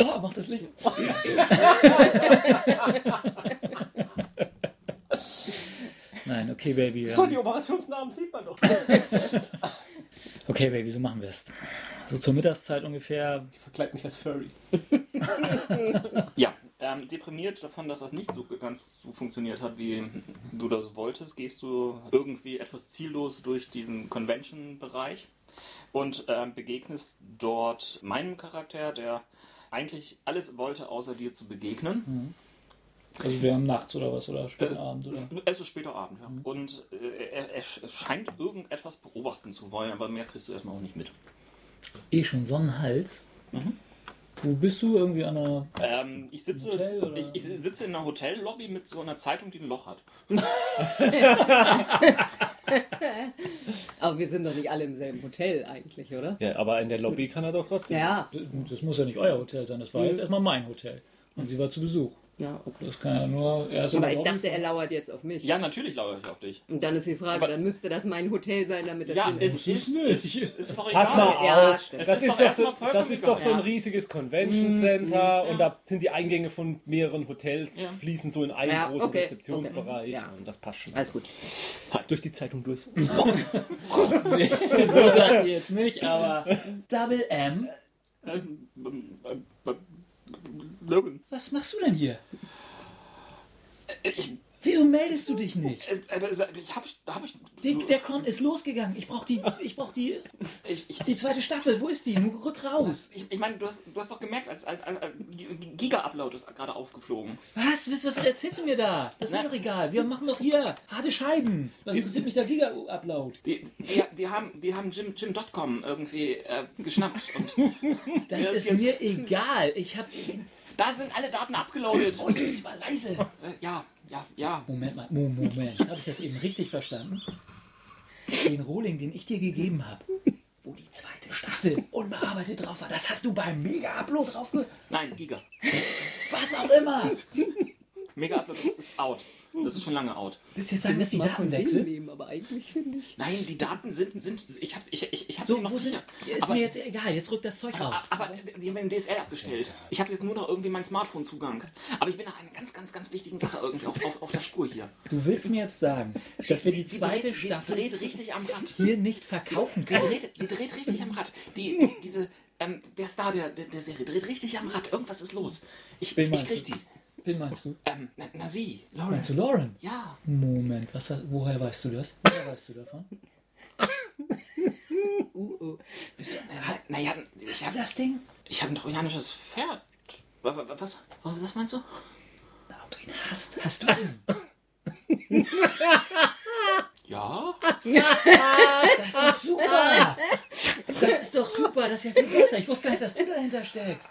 Speaker 5: Oh, mach das Licht. Nein, okay, Baby. ähm,
Speaker 2: Operationsnamen sieht man doch.
Speaker 5: Okay, Baby, so machen wir es. So zur Mittagszeit ungefähr.
Speaker 2: Ich verkleide mich als Furry.
Speaker 3: Ja, ähm, deprimiert davon, dass das nicht so ganz so funktioniert hat, wie du das wolltest, gehst du irgendwie etwas ziellos durch diesen Convention-Bereich und ähm, begegnest dort meinem Charakter, der eigentlich alles wollte, außer dir zu begegnen.
Speaker 2: Mhm.
Speaker 5: Also wir haben nachts oder was oder späten
Speaker 3: Äh,
Speaker 5: Abend oder.
Speaker 3: Es ist später Abend, ja.
Speaker 2: Mhm.
Speaker 3: Und äh, er, er sch- scheint irgendetwas beobachten zu wollen, aber mehr kriegst du erstmal auch nicht mit.
Speaker 5: Eh schon Sonnenhals. Wo bist du irgendwie an einer.
Speaker 3: Ähm, ich, sitze,
Speaker 5: Hotel, oder?
Speaker 3: ich, ich sitze in einer Hotellobby mit so einer Zeitung, die ein Loch hat.
Speaker 4: Aber wir sind doch nicht alle im selben Hotel eigentlich, oder?
Speaker 2: Ja, aber in der Lobby kann er doch trotzdem.
Speaker 4: Ja.
Speaker 5: Das muss ja nicht euer Hotel sein,
Speaker 4: Mhm.
Speaker 5: das war jetzt erstmal mein Hotel. Und sie war zu Besuch.
Speaker 4: ja okay.
Speaker 5: Das kann ja nur erst
Speaker 4: Aber
Speaker 5: in
Speaker 4: ich
Speaker 5: der
Speaker 4: dachte, er lauert jetzt auf mich.
Speaker 3: Ja, natürlich lauere ich auf dich.
Speaker 4: Und dann ist die Frage,
Speaker 3: Aber-
Speaker 4: dann müsste das mein Hotel sein, damit das
Speaker 3: Ja,
Speaker 4: Sinn
Speaker 3: es
Speaker 5: Woche-
Speaker 3: ist,
Speaker 5: nicht.
Speaker 3: ist doch
Speaker 2: Pass
Speaker 3: egal.
Speaker 2: mal
Speaker 4: Ja,
Speaker 2: auf,
Speaker 4: stimmt.
Speaker 3: Es
Speaker 2: das
Speaker 3: ist
Speaker 2: ist,
Speaker 3: doch
Speaker 2: doch
Speaker 3: erstmal
Speaker 2: so, das
Speaker 3: vollkommen
Speaker 2: ist doch so ein
Speaker 4: egal. Mm,
Speaker 2: riesiges Convention Center und da sind die Eingänge von mehreren Hotels
Speaker 3: Ja.
Speaker 2: fließen so in einen
Speaker 4: Ja,
Speaker 2: großen
Speaker 4: okay,
Speaker 2: Rezeptionsbereich
Speaker 4: okay. Ja.
Speaker 2: und das passt schon.
Speaker 4: Alles gut.
Speaker 2: Zeig durch die Zeitung durch.
Speaker 5: So sagt ihr jetzt nicht, aber. Double M,
Speaker 3: Ähm, ähm, ähm, ähm, Logan.
Speaker 5: was machst du denn hier?
Speaker 3: Ich,
Speaker 5: Wieso meldest du dich nicht?
Speaker 3: äh, äh, ich hab, hab ich,
Speaker 5: Dick, der Con ist losgegangen. Ich brauch die. Ich brauch die.
Speaker 3: ich, ich,
Speaker 5: Die zweite Staffel, wo ist die? Nur rück raus.
Speaker 3: ich, ich meine, du hast, du hast doch gemerkt, als, als, als als Giga-Upload ist gerade aufgeflogen.
Speaker 5: Was? Was, was erzählst du mir da? Das ist mir doch egal. Wir machen doch hier harte Scheiben. Was interessiert mich der Giga-Upload?
Speaker 3: Die, die, die haben, die haben Jim, Jim.com irgendwie äh, geschnappt und
Speaker 5: Das
Speaker 3: Ja, ist
Speaker 5: ist
Speaker 3: jetzt-
Speaker 5: mir egal. Ich hab.
Speaker 3: da sind alle Daten abgeloadet.
Speaker 5: Oh, jetzt mal leise.
Speaker 3: Äh, ja, ja, ja.
Speaker 5: Moment mal. Mo- Moment. Habe ich das eben richtig verstanden? Den Rohling, den ich dir gegeben habe, wo die zweite Staffel unbearbeitet drauf war, das hast du beim Mega-Upload draufge.
Speaker 3: Nein, Giga.
Speaker 5: Was auch immer.
Speaker 3: Mega-Upload ist, ist out. Das ist schon lange out.
Speaker 5: Willst du jetzt sagen, dass die
Speaker 4: Mal von
Speaker 5: Daten
Speaker 4: denen
Speaker 5: wechseln?
Speaker 4: nehmen, aber eigentlich finde ich.
Speaker 3: Nein, die Daten sind, sind ich hab's, ich, ich, ich hab's
Speaker 5: So,
Speaker 3: noch
Speaker 5: wo sind.
Speaker 3: sicher.
Speaker 5: Ist
Speaker 3: Aber-
Speaker 5: mir jetzt egal. Jetzt rückt das Zeug raus.
Speaker 3: Aber die haben den DSL abgestellt. Ich habe jetzt nur noch irgendwie meinen Smartphone-Zugang. Aber ich bin nach einer ganz, ganz, ganz wichtigen Sache irgendwie auf, auf, auf der Spur hier.
Speaker 5: Du willst mir jetzt sagen, dass wir die
Speaker 3: Sie- sie
Speaker 5: zweite
Speaker 3: dreht- Sie
Speaker 5: Staffel
Speaker 3: dreht richtig am Rad.
Speaker 5: hier nicht verkaufen
Speaker 3: Sie
Speaker 5: können?
Speaker 3: dreht, sie dreht richtig am Rad. Die, die, diese, ähm, der Star der, der, der Serie dreht richtig am Rad. Irgendwas ist los. Ich,
Speaker 5: Wen
Speaker 3: ich
Speaker 5: meinst
Speaker 3: krieg
Speaker 5: du?
Speaker 3: die.
Speaker 5: Wen meinst du?
Speaker 3: Ähm, na, na sie, Lauren.
Speaker 5: Meinst du Lauren?
Speaker 3: Ja.
Speaker 5: Moment, was, woher weißt du das? Woher weißt du davon?
Speaker 3: Naja, ich habe
Speaker 5: Das Ding?
Speaker 3: ich hab ein trojanisches Pferd. Wa- wa- Was, was, was meinst du?
Speaker 5: Ob du ihn hast? Hast du ihn?
Speaker 3: Ja?
Speaker 5: Das ist doch super! Das ist doch super, das ist ja viel besser. Ich wusste gar nicht, dass du dahinter steckst.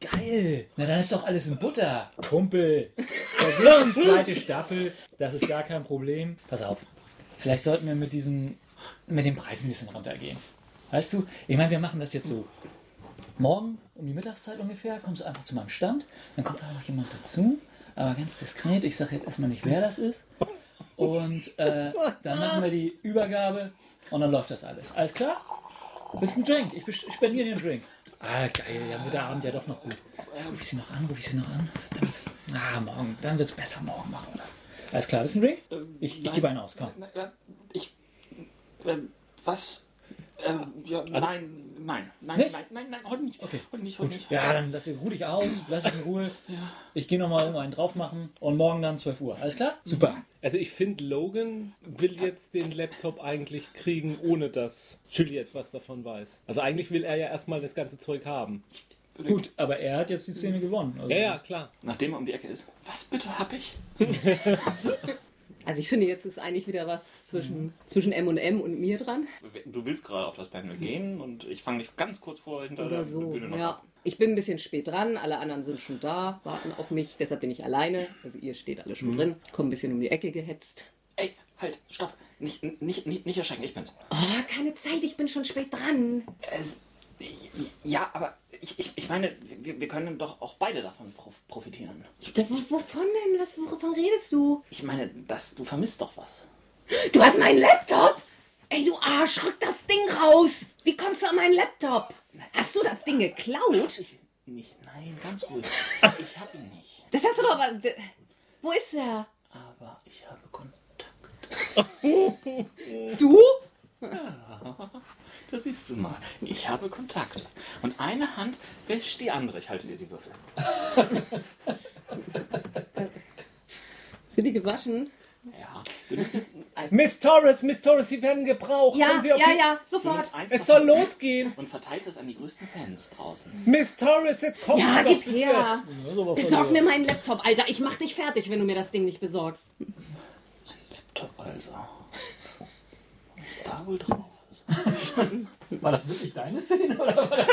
Speaker 5: Geil! Na, dann ist doch alles in Butter. Kumpel, verwirrend, zweite Staffel. Das ist gar kein Problem. Pass auf, vielleicht sollten wir mit diesen, mit den Preisen ein bisschen runtergehen. Weißt du, ich meine, wir machen das jetzt so. Morgen um die Mittagszeit ungefähr kommst du einfach zu meinem Stand, dann kommt da noch jemand dazu, aber ganz diskret, ich sage jetzt erstmal nicht, wer das ist. Und äh, dann machen wir die Übergabe und dann läuft das alles. Alles klar? Willst du einen Drink? Ich bes- spendiere dir einen Drink. Ah, geil, ja, Mittagabend ja doch noch gut. Ruf ich sie noch an, ruf ich sie noch an. Verdammt. Ah, morgen, dann wird's besser, morgen machen wir das. Alles klar, willst du einen Drink? Ich, ich
Speaker 3: nein.
Speaker 5: gebe einen aus, komm.
Speaker 3: Na, ja, Ich. Ähm, was? Ähm, ja, nein, nein, nein,
Speaker 5: Nicht?
Speaker 3: nein, nein, nein, heute nicht.
Speaker 5: Okay,
Speaker 3: Heute nicht, heute
Speaker 5: Gut.
Speaker 3: nicht.
Speaker 5: Ja, dann lass ihn, ruh dich aus, lass dich in Ruhe. Ich gehe nochmal um einen drauf machen und morgen dann 12 Uhr. Alles klar? Super.
Speaker 2: Also ich finde, Logan will jetzt den Laptop eigentlich kriegen, ohne dass Juliet was davon weiß. Also eigentlich will er ja erstmal das ganze Zeug haben.
Speaker 5: Gut, aber er hat jetzt die Szene gewonnen. Also-
Speaker 2: Ja, ja, klar.
Speaker 3: Nachdem er um die Ecke ist. Was bitte hab ich?
Speaker 4: Also ich finde, jetzt ist eigentlich wieder was zwischen,
Speaker 2: Mhm.
Speaker 4: zwischen M und M und mir dran.
Speaker 3: Du willst gerade auf das
Speaker 5: Mhm.
Speaker 3: Panel gehen und ich fange dich ganz kurz vor hinter
Speaker 4: Oder
Speaker 3: der
Speaker 4: so.
Speaker 3: Bühne noch
Speaker 4: Ja.
Speaker 3: ab.
Speaker 4: Ich bin ein bisschen spät dran, alle anderen sind schon da, warten auf mich, deshalb bin ich alleine. Also ihr steht alle
Speaker 2: Mhm.
Speaker 4: schon drin, komm ein bisschen um die Ecke gehetzt.
Speaker 3: Ey, halt, stopp. Nicht, nicht, nicht, nicht erschrecken, ich bin's.
Speaker 4: Oh, keine Zeit, ich bin schon spät dran.
Speaker 3: Es, ich, ja, aber ich, ich, ich meine, wir, wir können doch auch beide davon prof profitieren. Ich,
Speaker 4: Da, wo- wovon denn? Was, wovon redest du?
Speaker 3: ich meine, das, du vermisst doch was.
Speaker 4: Du hast meinen Laptop? Ey, du Arsch, rück das Ding raus! Wie kommst du an meinen Laptop? Hast du das Ding geklaut?
Speaker 3: Ich, nicht, nein, ganz ruhig. Ich hab ihn nicht,
Speaker 4: Das hast du doch aber. d- Wo ist er?
Speaker 3: aber ich habe Kontakt.
Speaker 4: Du?
Speaker 3: Da siehst du mal, ich habe Kontakte. Und eine Hand wäscht die andere. Ich halte dir die Würfel.
Speaker 4: Sind die gewaschen?
Speaker 3: Ja. Du nimmst jetzt ein,
Speaker 2: Miss Torres, Miss Torres, Sie werden gebraucht.
Speaker 4: Ja,
Speaker 2: Kommen Sie
Speaker 4: ja,
Speaker 2: auf die-
Speaker 4: ja,
Speaker 3: du nimmst
Speaker 4: sofort.
Speaker 3: eins
Speaker 2: Es soll
Speaker 3: davon
Speaker 2: losgehen.
Speaker 3: Und verteilst es an die größten Fans draußen.
Speaker 2: Miss Torres, jetzt kommen
Speaker 4: Ja,
Speaker 2: Sie doch
Speaker 4: gib
Speaker 2: bitte.
Speaker 4: her.
Speaker 5: Das ist aber
Speaker 4: Besorg
Speaker 5: von
Speaker 4: mir
Speaker 5: dir.
Speaker 4: meinen Laptop, Alter. Ich mach dich fertig, wenn du mir das Ding nicht besorgst.
Speaker 3: Laptop also. Was ist da wohl drauf?
Speaker 5: War das wirklich deine Szene? Oder?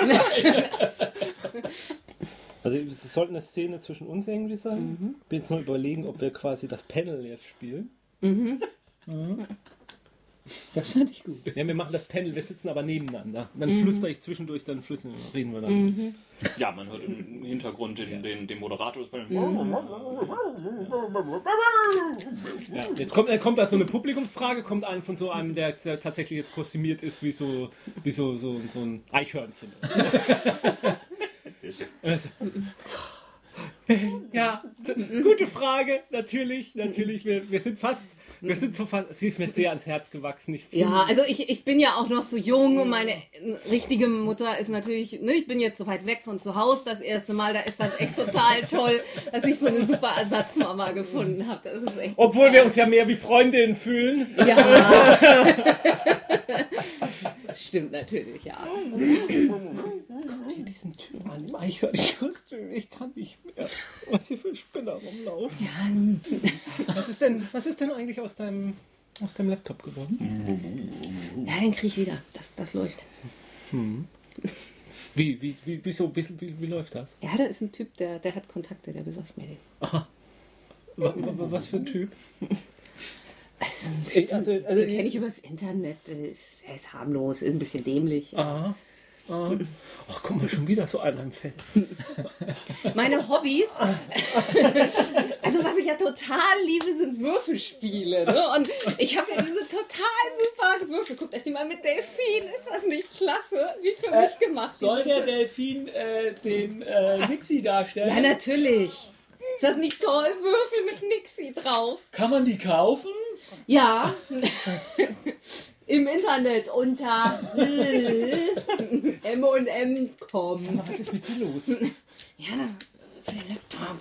Speaker 2: Also es sollte eine Szene zwischen uns irgendwie sein. Ich bin jetzt nur überlegen, ob wir quasi das Panel jetzt spielen.
Speaker 5: Das fand ich gut.
Speaker 2: Ja, wir machen das Panel, wir sitzen aber nebeneinander. Dann flüstere ich zwischendurch, dann flüstern, reden wir dann.
Speaker 3: Ja, man hört im Hintergrund den, den, den Moderator. Das bei-
Speaker 2: Ja. Jetzt kommt, dann kommt da so eine Publikumsfrage, kommt einem von so einem, der, der tatsächlich jetzt kostümiert ist, wie so, wie so, so, so ein Eichhörnchen.
Speaker 3: Sehr schön.
Speaker 2: Ja, t- gute Frage, natürlich, natürlich. Wir, wir sind fast, wir sind so fast, sie ist mir sehr ans Herz gewachsen. Ich fühl-
Speaker 4: Ja, also ich, ich bin ja auch noch so jung und meine richtige Mutter ist natürlich, ne, ich bin jetzt so weit weg von zu Hause das erste Mal, da ist das echt total toll, dass ich so eine super Ersatzmama gefunden habe. Das ist echt.
Speaker 2: Obwohl wir uns ja mehr wie Freundinnen fühlen.
Speaker 4: Ja. Stimmt natürlich, ja.
Speaker 2: Diesen Typen an dem Eichhörnchenkostüm, ich kann nicht mehr. Was hier für Spinner rumlaufen. Was ist denn, was ist denn eigentlich aus deinem, aus deinem Laptop geworden?
Speaker 4: Ja, den krieg ich wieder. Das, das läuft.
Speaker 2: Wie, wie, wie, wieso, wie, wie, wie läuft das?
Speaker 4: Ja, da ist ein Typ, der, der hat Kontakte, der besorgt mir den.
Speaker 2: Wa- wa- wa- Was für ein Typ?
Speaker 4: Also, ein
Speaker 2: Ich-
Speaker 4: Typ,
Speaker 2: also-
Speaker 4: den
Speaker 2: also-
Speaker 4: kenne ich übers Internet. Der Ist, der ist harmlos, ist ein bisschen dämlich.
Speaker 5: Ah.
Speaker 2: Aha. Aha. Ach, guck mal, schon wieder so einer im Feld.
Speaker 4: Meine Hobbys, also was ich ja total liebe, sind Würfelspiele. Ne? Und ich habe ja diese total super Würfel. Guckt euch die mal mit Delfin. Ist das nicht klasse? Wie für mich gemacht.
Speaker 5: Äh, Soll
Speaker 4: diese-
Speaker 5: der Delfin äh, den äh, Nixie darstellen?
Speaker 2: ne-
Speaker 4: ja, natürlich. Ist das nicht toll? Würfel mit Nixie drauf.
Speaker 5: Kann man die kaufen?
Speaker 4: Ja. Im Internet unter M&M.com.
Speaker 2: Was ist mit dir los?
Speaker 4: Ja, das- äh, für den Laptop.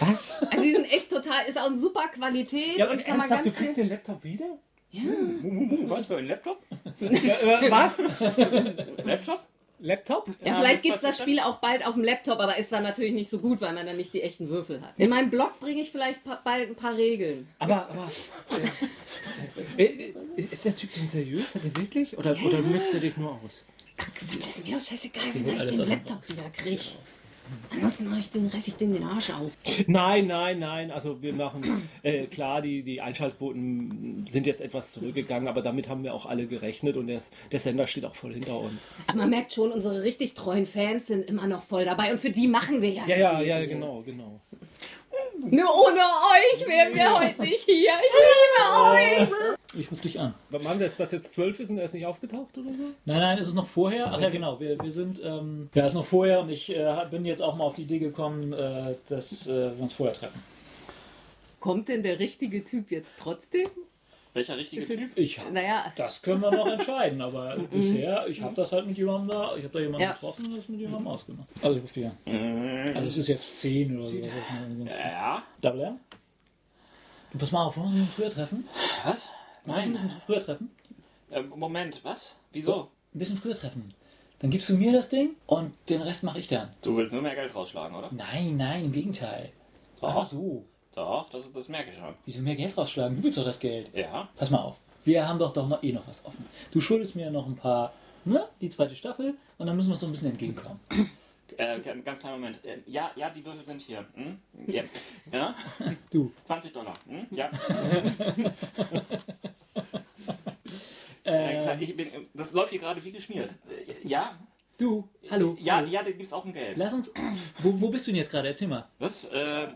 Speaker 2: Was?
Speaker 4: Also die sind echt total, ist auch eine super Qualität.
Speaker 2: Ja, und
Speaker 4: und kann man
Speaker 2: ernsthaft,
Speaker 4: ganz
Speaker 2: du
Speaker 4: viel-
Speaker 2: kriegst den Laptop wieder? Hm,
Speaker 3: Was für ein Laptop?
Speaker 2: Ja, äh, was?
Speaker 3: Laptop?
Speaker 2: Laptop?
Speaker 4: Ja,
Speaker 3: Ja,
Speaker 4: vielleicht
Speaker 3: das
Speaker 4: gibt es das
Speaker 3: passt
Speaker 4: Spiel auch bald auf dem Laptop, aber ist dann natürlich nicht so gut, weil man dann nicht die echten Würfel hat. In meinem Blog bringe ich vielleicht pa bald ein paar Regeln.
Speaker 2: Aber, aber. Äh, äh, ist der Typ denn seriös? Hat er wirklich? Oder, oder nützt er dich nur aus?
Speaker 4: Ach Quatsch, ist mir doch scheißegal, wie soll ich den Laptop wieder krieg. Ansonsten mache ich den, reiß ich den den Arsch auf.
Speaker 2: Nein, nein, nein. Also wir machen, äh, klar, die, die Einschaltquoten sind jetzt etwas zurückgegangen, aber damit haben wir auch alle gerechnet und der, der Sender steht auch voll hinter uns.
Speaker 4: Aber man merkt schon, unsere richtig treuen Fans sind immer noch voll dabei und für die machen wir ja.
Speaker 2: Ja,
Speaker 4: die
Speaker 2: ja,
Speaker 4: Serie.
Speaker 2: ja, genau, genau.
Speaker 4: Nur ohne euch wären wir heute nicht hier. Ich liebe euch.
Speaker 5: Ich rufe dich an.
Speaker 2: Aber Mann, dass das jetzt zwölf ist und er ist nicht aufgetaucht oder so?
Speaker 5: Nein, nein, ist es noch vorher? Ach ja, genau. Wir, wir sind, ähm, ja, ist noch vorher und ich äh, bin jetzt auch mal auf die Idee gekommen, äh, dass äh, wir uns vorher treffen.
Speaker 4: Kommt denn der richtige Typ jetzt trotzdem?
Speaker 3: Welcher richtige Typ?
Speaker 5: Ich,
Speaker 4: Naja,
Speaker 5: das können wir noch entscheiden, aber
Speaker 3: Mhm.
Speaker 5: bisher, ich habe das halt mit jemandem da, ich habe da jemanden
Speaker 4: Ja.
Speaker 5: getroffen und das mit jemandem ausgemacht. Also ich rufe dich an. Also es ist jetzt 10 oder so.
Speaker 3: Mhm. Ja.
Speaker 5: Double R? Du pass mal auf, wollen wir uns früher treffen?
Speaker 3: Was?
Speaker 5: Wollen wir uns
Speaker 3: Nein.
Speaker 5: ein bisschen früher treffen?
Speaker 3: Äh, Moment, was? Wieso?
Speaker 5: Ein bisschen früher treffen. Dann gibst du mir das Ding und den Rest mache ich dann.
Speaker 3: Du willst nur mehr Geld rausschlagen, oder?
Speaker 5: Nein, nein, im Gegenteil. Ach
Speaker 3: Doch,
Speaker 5: so.
Speaker 3: doch, das, das merke ich schon.
Speaker 5: Wieso mehr Geld rausschlagen? Du willst doch das Geld.
Speaker 3: Ja.
Speaker 5: Pass mal auf. Wir haben doch doch mal eh noch was offen. Du schuldest mir noch ein paar, ne? Die zweite Staffel und dann müssen wir uns so ein bisschen entgegenkommen.
Speaker 3: Äh, ganz ganz kleinen Moment. Äh, ja, ja, die Würfel sind hier. Hm? Ja. ja?
Speaker 5: Du.
Speaker 3: 20 Dollar. Hm? Ja. Äh,
Speaker 5: Äh,
Speaker 3: klar, ich bin, das läuft hier gerade wie geschmiert. Äh, Ja?
Speaker 5: du, hallo.
Speaker 3: Ja,
Speaker 5: hallo.
Speaker 3: ja, da gibt's auch ein Geld.
Speaker 5: Äh, Lass uns. Wo, wo bist du denn jetzt gerade? Erzähl mal.
Speaker 3: Was? Äh,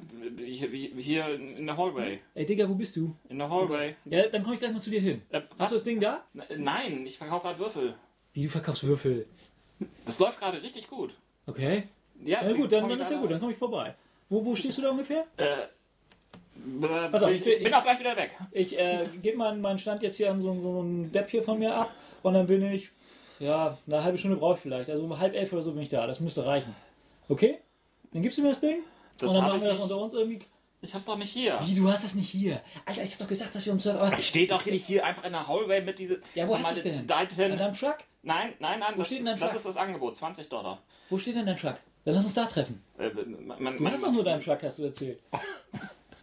Speaker 3: hier, hier in der Hallway.
Speaker 5: Ey, Digga, wo bist du?
Speaker 3: In der Hallway.
Speaker 5: Ja, dann komme ich gleich mal zu dir hin.
Speaker 3: Äh,
Speaker 5: Hast du das
Speaker 3: was?
Speaker 5: Ding da?
Speaker 3: N- Nein, ich verkaufe gerade Würfel.
Speaker 5: Wie, du verkaufst Würfel.
Speaker 3: Das läuft gerade richtig gut.
Speaker 5: Okay.
Speaker 3: Ja,
Speaker 5: Ja, gut, dann, dann
Speaker 3: komm
Speaker 5: ist ja
Speaker 3: gerade-
Speaker 5: gut, dann komme ich vorbei. Wo, wo stehst du da ungefähr?
Speaker 3: Äh, b-
Speaker 5: Pass auf,
Speaker 3: Äh, ich,
Speaker 5: ich-
Speaker 3: bin auch gleich wieder weg.
Speaker 5: Ich äh, gebe meinen meinen Stand jetzt hier an so, so einen Depp hier von mir ab Und dann bin ich, ja, eine halbe Stunde brauche ich vielleicht. Also um halb elf oder so bin ich da. Das müsste reichen. Okay? Dann gibst du mir das Ding.
Speaker 3: Das
Speaker 5: und dann
Speaker 3: hab
Speaker 5: machen
Speaker 3: ich
Speaker 5: wir das
Speaker 3: nicht.
Speaker 5: unter uns irgendwie.
Speaker 3: Ich hab's doch nicht hier.
Speaker 5: Wie, du hast das nicht hier? Alter, ich habe doch gesagt, dass wir um Server. Aber
Speaker 3: Ich stehe doch nicht hier einfach in der Hallway mit diese.
Speaker 5: Ja, wo hast
Speaker 3: Mal
Speaker 5: du's denn?
Speaker 3: Da
Speaker 5: an
Speaker 3: hinten.
Speaker 5: deinem Truck?
Speaker 3: Nein, nein, nein, das
Speaker 5: steht
Speaker 3: ist,
Speaker 5: denn dein
Speaker 3: das
Speaker 5: Truck?
Speaker 3: ist das Angebot, 20 Dollar.
Speaker 5: Wo steht denn dein Truck? Dann lass uns da treffen.
Speaker 3: Äh, man, man,
Speaker 5: Du hast doch nur deinen Truck, hast du erzählt.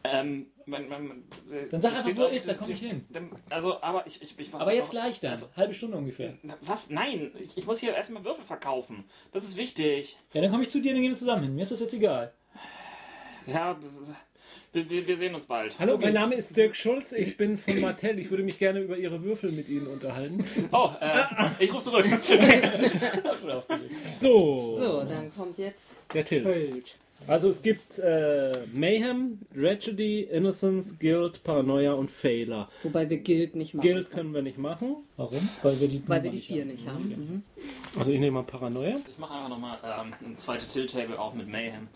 Speaker 3: Ähm, man, man, man,
Speaker 5: Dann sag
Speaker 3: da
Speaker 5: einfach,
Speaker 3: steht
Speaker 5: wo
Speaker 3: drauf,
Speaker 5: ist, da komm
Speaker 3: die-
Speaker 5: ich hin.
Speaker 3: dem- Also, aber ich, ich, ich war-
Speaker 5: Aber jetzt
Speaker 3: auch-
Speaker 5: gleich dann.
Speaker 3: Also,
Speaker 5: Halbe Stunde ungefähr.
Speaker 3: na, was? Nein, ich, ich muss hier erstmal Würfel verkaufen. Das ist wichtig.
Speaker 5: Ja, dann komme ich zu dir, dann gehen wir zusammen hin. Mir ist das jetzt egal.
Speaker 3: Ja, b- b- wir, wir sehen uns bald.
Speaker 2: Hallo,
Speaker 5: Okay.
Speaker 2: mein Name ist Dirk Schulz, ich bin von Martell. Ich würde mich gerne über Ihre Würfel mit Ihnen unterhalten.
Speaker 3: Oh, äh, ich rufe zurück.
Speaker 2: So,
Speaker 4: So, dann kommt jetzt.
Speaker 2: der Till.
Speaker 4: Bild.
Speaker 2: Also es gibt äh, Mayhem, Tragedy, Innocence, Guild, Paranoia und Fehler.
Speaker 4: Wobei wir Guild nicht machen.
Speaker 2: Guild können wir nicht machen.
Speaker 5: Warum? Weil wir die,
Speaker 4: Weil wir die vier nicht haben. Mhm.
Speaker 2: Also ich nehme mal Paranoia.
Speaker 3: Ich mache einfach nochmal ähm, eine zweite Tilt-Table auf mit Mayhem.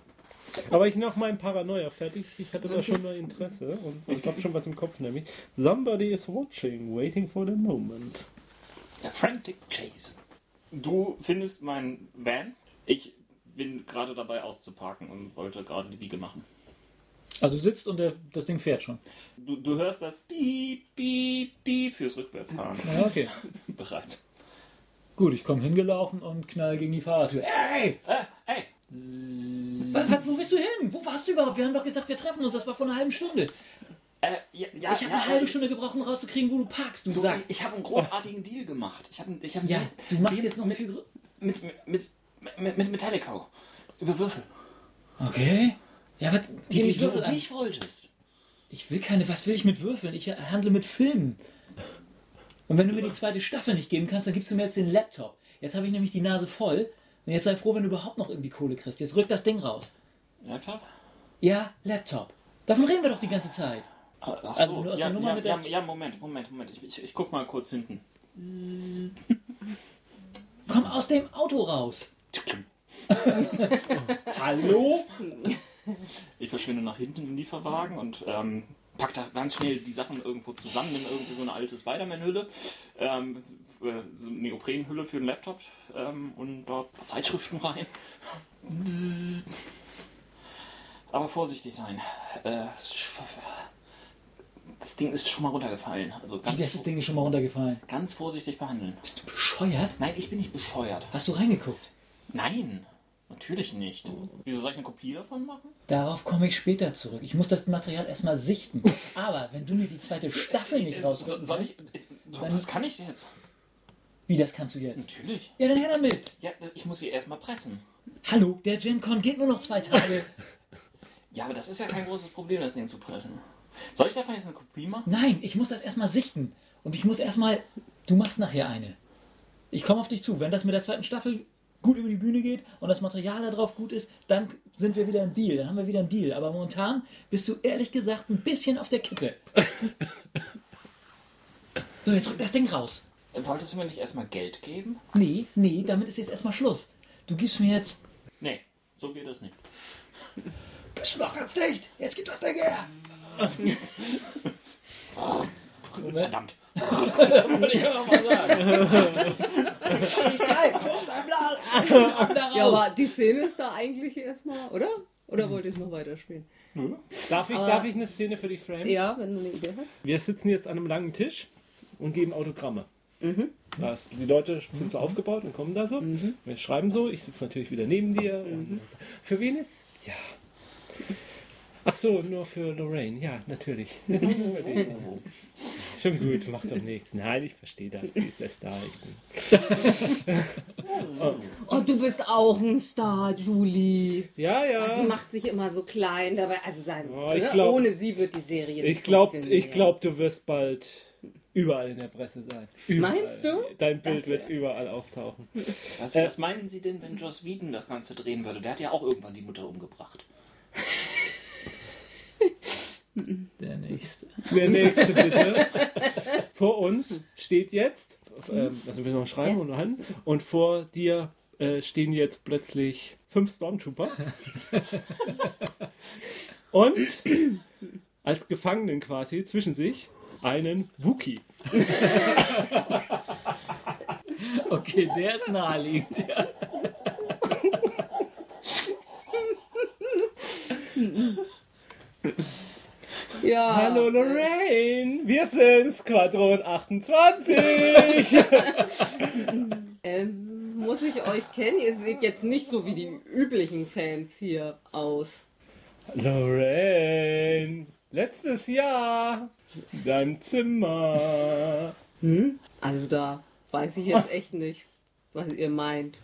Speaker 2: Aber ich mache meinen Paranoia fertig. Ich hatte da schon mal Interesse und ich habe schon was im Kopf nämlich. Somebody is watching, waiting for the moment.
Speaker 3: Der Frantic Chase. Du findest mein Van. Ich bin gerade dabei auszuparken und wollte gerade die Biege machen.
Speaker 5: Also du sitzt und der, das Ding fährt schon.
Speaker 3: Du, du hörst das Piep, Piep, Piep fürs Rückwärtsfahren
Speaker 5: Ja, okay.
Speaker 3: bereits.
Speaker 5: Gut, ich komme hingelaufen und knall gegen die Fahrertür. Hey!
Speaker 3: Äh, ey,
Speaker 5: Wa- wa- Wo bist du hin? Wo warst du überhaupt? Wir haben doch gesagt, wir treffen uns. Das war vor einer halben Stunde.
Speaker 3: äh, ja, ja,
Speaker 5: Ich habe
Speaker 3: ja,
Speaker 5: eine halbe
Speaker 3: ich-
Speaker 5: Stunde gebraucht, um rauszukriegen, wo du parkst. Du,
Speaker 3: Du,
Speaker 5: sagst.
Speaker 3: ich habe einen großartigen Deal gemacht. Ich habe ich hab einen
Speaker 5: Ja,
Speaker 3: Deal-
Speaker 5: du machst
Speaker 3: Deal
Speaker 5: jetzt noch
Speaker 3: mit,
Speaker 5: viel. grö-
Speaker 3: mit, mit, mit, mit, mit Metallico. Über Würfel.
Speaker 5: Okay. Ja, was?
Speaker 3: Die,
Speaker 5: Gib
Speaker 3: die,
Speaker 5: mich
Speaker 3: du
Speaker 5: Würfel an.
Speaker 3: nicht wolltest.
Speaker 5: Ich will keine, was will ich mit Würfeln? Ich handle mit Filmen. Und wenn du mir die zweite Staffel nicht geben kannst, dann gibst du mir jetzt den Laptop. Jetzt habe ich nämlich die Nase voll. Und jetzt sei froh, wenn du überhaupt noch irgendwie Kohle kriegst. Jetzt rückt das Ding raus.
Speaker 3: Laptop?
Speaker 5: Ja, Laptop. Davon reden wir doch die ganze Zeit.
Speaker 3: Ach so.
Speaker 5: Also, du hast
Speaker 3: ja,
Speaker 5: eine Nummer
Speaker 3: ja,
Speaker 5: mit
Speaker 3: ja,
Speaker 5: der-
Speaker 3: ja, Moment, Moment, Moment. Ich, ich, ich guck mal kurz hinten.
Speaker 5: Komm aus dem Auto raus. Hallo?
Speaker 3: Ich verschwinde nach hinten im Lieferwagen und ähm, pack da ganz schnell die Sachen irgendwo zusammen in irgendwie so eine alte Spider-Man-Hülle. Ähm, äh, so eine Neoprenhülle für den Laptop ähm, und dort ein paar Zeitschriften rein. Aber vorsichtig sein. Äh, das Ding ist schon mal runtergefallen. Also
Speaker 5: Wie,
Speaker 3: ganz,
Speaker 5: das ist Ding ist schon mal runtergefallen.
Speaker 3: ganz vorsichtig behandeln.
Speaker 5: Bist du bescheuert?
Speaker 3: Nein, ich bin nicht bescheuert.
Speaker 5: Hast du reingeguckt?
Speaker 3: Nein, natürlich nicht.
Speaker 5: Oh.
Speaker 3: Wieso soll ich eine Kopie davon machen?
Speaker 5: Darauf komme ich später zurück. Ich muss das Material erstmal sichten. Aber wenn du mir die zweite Staffel nicht
Speaker 3: So-
Speaker 5: rausrückst,
Speaker 3: Soll ich. Das kann ich jetzt.
Speaker 5: wie das kannst du jetzt?
Speaker 3: Natürlich.
Speaker 5: Ja, dann her damit.
Speaker 3: Ja, ich muss sie erstmal pressen.
Speaker 5: Hallo, der Gen Con geht nur noch zwei Tage.
Speaker 3: Ja, aber das ist ja kein großes Problem, das Ding zu pressen. Soll ich davon jetzt eine Kopie machen?
Speaker 5: Nein, ich muss das erstmal sichten. Und ich muss erstmal. Du machst nachher eine. Ich komme auf dich zu. Wenn das mit der zweiten Staffel gut über die Bühne geht und das Material darauf gut ist, dann sind wir wieder im Deal. Dann haben wir wieder einen Deal. Aber momentan bist du ehrlich gesagt ein bisschen auf der Kippe. so, jetzt rückt das Ding raus.
Speaker 3: Wolltest du Äh, mir nicht erstmal Geld geben?
Speaker 5: Nee, nee, damit ist jetzt erstmal Schluss. Du gibst mir jetzt.
Speaker 3: Nee, so geht das nicht.
Speaker 6: Bist du noch ganz dicht? Jetzt gib das Ding her!
Speaker 5: Moment,
Speaker 3: Verdammt.
Speaker 5: wollte ich auch noch mal sagen.
Speaker 6: Geil, kommst einmal!
Speaker 5: Komm da raus.
Speaker 4: Ja, aber die Szene ist da eigentlich erstmal, oder? Oder wollt ihr es noch weiterspielen?
Speaker 2: Darf ich,
Speaker 4: Aber-
Speaker 2: darf ich eine Szene für dich framen?
Speaker 4: Ja, wenn du eine Idee hast.
Speaker 2: Wir sitzen jetzt an einem langen Tisch und geben Autogramme.
Speaker 4: Mhm.
Speaker 2: Das, die Leute sind so aufgebaut und kommen da so. Wir schreiben so, ich sitze natürlich wieder neben dir.
Speaker 4: Mhm.
Speaker 2: Und für wen ist? Ja. Ach so, nur für Lorraine. Ja, natürlich. Schon gut, macht doch nichts. Nein, ich verstehe das. Sie ist der Star. Ich bin
Speaker 4: Oh, du bist auch ein Star, Julie.
Speaker 2: ja, ja.
Speaker 4: Sie macht sich immer so klein dabei. Also sein,
Speaker 2: Oh, Ah. ich
Speaker 4: oder?
Speaker 2: glaub-
Speaker 4: ohne sie wird die Serie
Speaker 2: Ich
Speaker 4: nicht
Speaker 2: glaube,
Speaker 4: funktionieren.
Speaker 2: ich glaub, du wirst bald überall in der Presse sein. Überall.
Speaker 4: Meinst du?
Speaker 2: Dein Bild wird überall auftauchen.
Speaker 3: Was, Also, was meinen Sie denn, wenn Joss Whedon das Ganze drehen würde? Der hat ja auch irgendwann die Mutter umgebracht.
Speaker 5: Der nächste.
Speaker 2: Der nächste bitte. vor uns steht jetzt, ähm, also wir noch schreiben und an, und vor dir äh, stehen jetzt plötzlich fünf Stormtrooper. und als Gefangenen quasi zwischen sich einen Wookie.
Speaker 5: Okay, der ist naheliegend. Ja.
Speaker 4: Ja.
Speaker 2: Hallo Lorraine, wir sind Squadron 28.
Speaker 4: Ähm, muss ich euch kennen? Ihr seht jetzt nicht so wie die üblichen Fans hier aus.
Speaker 2: Lorraine, letztes Jahr in deinem Zimmer.
Speaker 4: Hm? Also da weiß ich
Speaker 2: Ah.
Speaker 4: jetzt echt nicht, was ihr meint.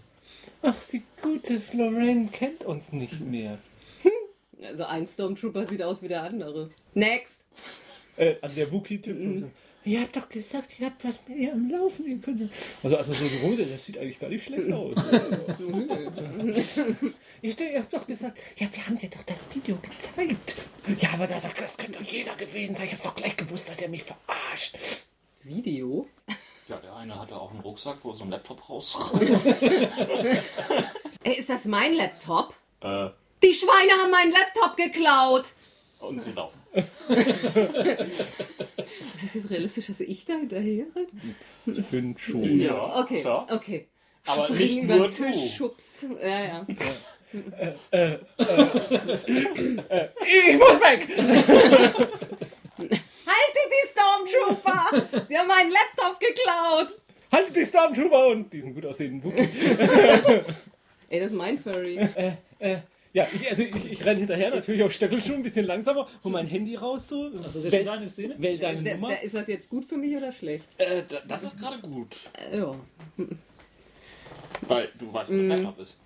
Speaker 2: Ach, die gute Lorraine kennt uns nicht mehr.
Speaker 4: Also ein Stormtrooper sieht aus wie der andere. Next!
Speaker 2: Äh, also der Wookie-Typ. Ihr habt doch gesagt, ihr habt was mit ihr am Laufen. Ihr könnt... Also, also so die Hose, das sieht eigentlich gar nicht schlecht aus. Ich denke, ihr habt doch gesagt, ja, wir haben dir doch das Video gezeigt. Ja, aber das, das könnte doch jeder gewesen sein. Ich hab's doch gleich gewusst, dass er mich verarscht.
Speaker 4: Video?
Speaker 3: Ja, der eine hatte auch einen Rucksack, wo so ein Laptop raus.
Speaker 4: Äh, ist das mein Laptop?
Speaker 3: äh,
Speaker 4: Die Schweine haben meinen Laptop geklaut!
Speaker 3: und sie laufen.
Speaker 4: Ist das jetzt realistisch, dass ich da hinterher renn?
Speaker 2: Ich finde schon.
Speaker 3: Ja,
Speaker 4: Okay,
Speaker 3: klar.
Speaker 4: okay.
Speaker 3: Aber
Speaker 4: Spring
Speaker 3: nicht
Speaker 4: über
Speaker 3: nur
Speaker 4: den Tisch,
Speaker 3: du.
Speaker 4: Schubs. Ja, ja.
Speaker 2: Ich muss weg!
Speaker 4: Haltet die Stormtrooper! Sie haben meinen Laptop geklaut!
Speaker 2: Haltet die Stormtrooper und diesen gut aussehenden Wookie.
Speaker 4: Ey, das ist mein Furry.
Speaker 2: Äh, ja, ich, also ich, ich renne hinterher, natürlich auf Stöckelschuhen, ein bisschen langsamer, hol mein Handy raus so.
Speaker 5: Also, das ist schon deine Szene?
Speaker 2: Wähl deine
Speaker 4: Da,
Speaker 2: Nummer.
Speaker 4: da, ist das jetzt gut für mich oder schlecht?
Speaker 3: Äh, da- das ist gerade gut,
Speaker 4: Äh, ja.
Speaker 3: weil Mhm. du weißt, wo das Laptop ist.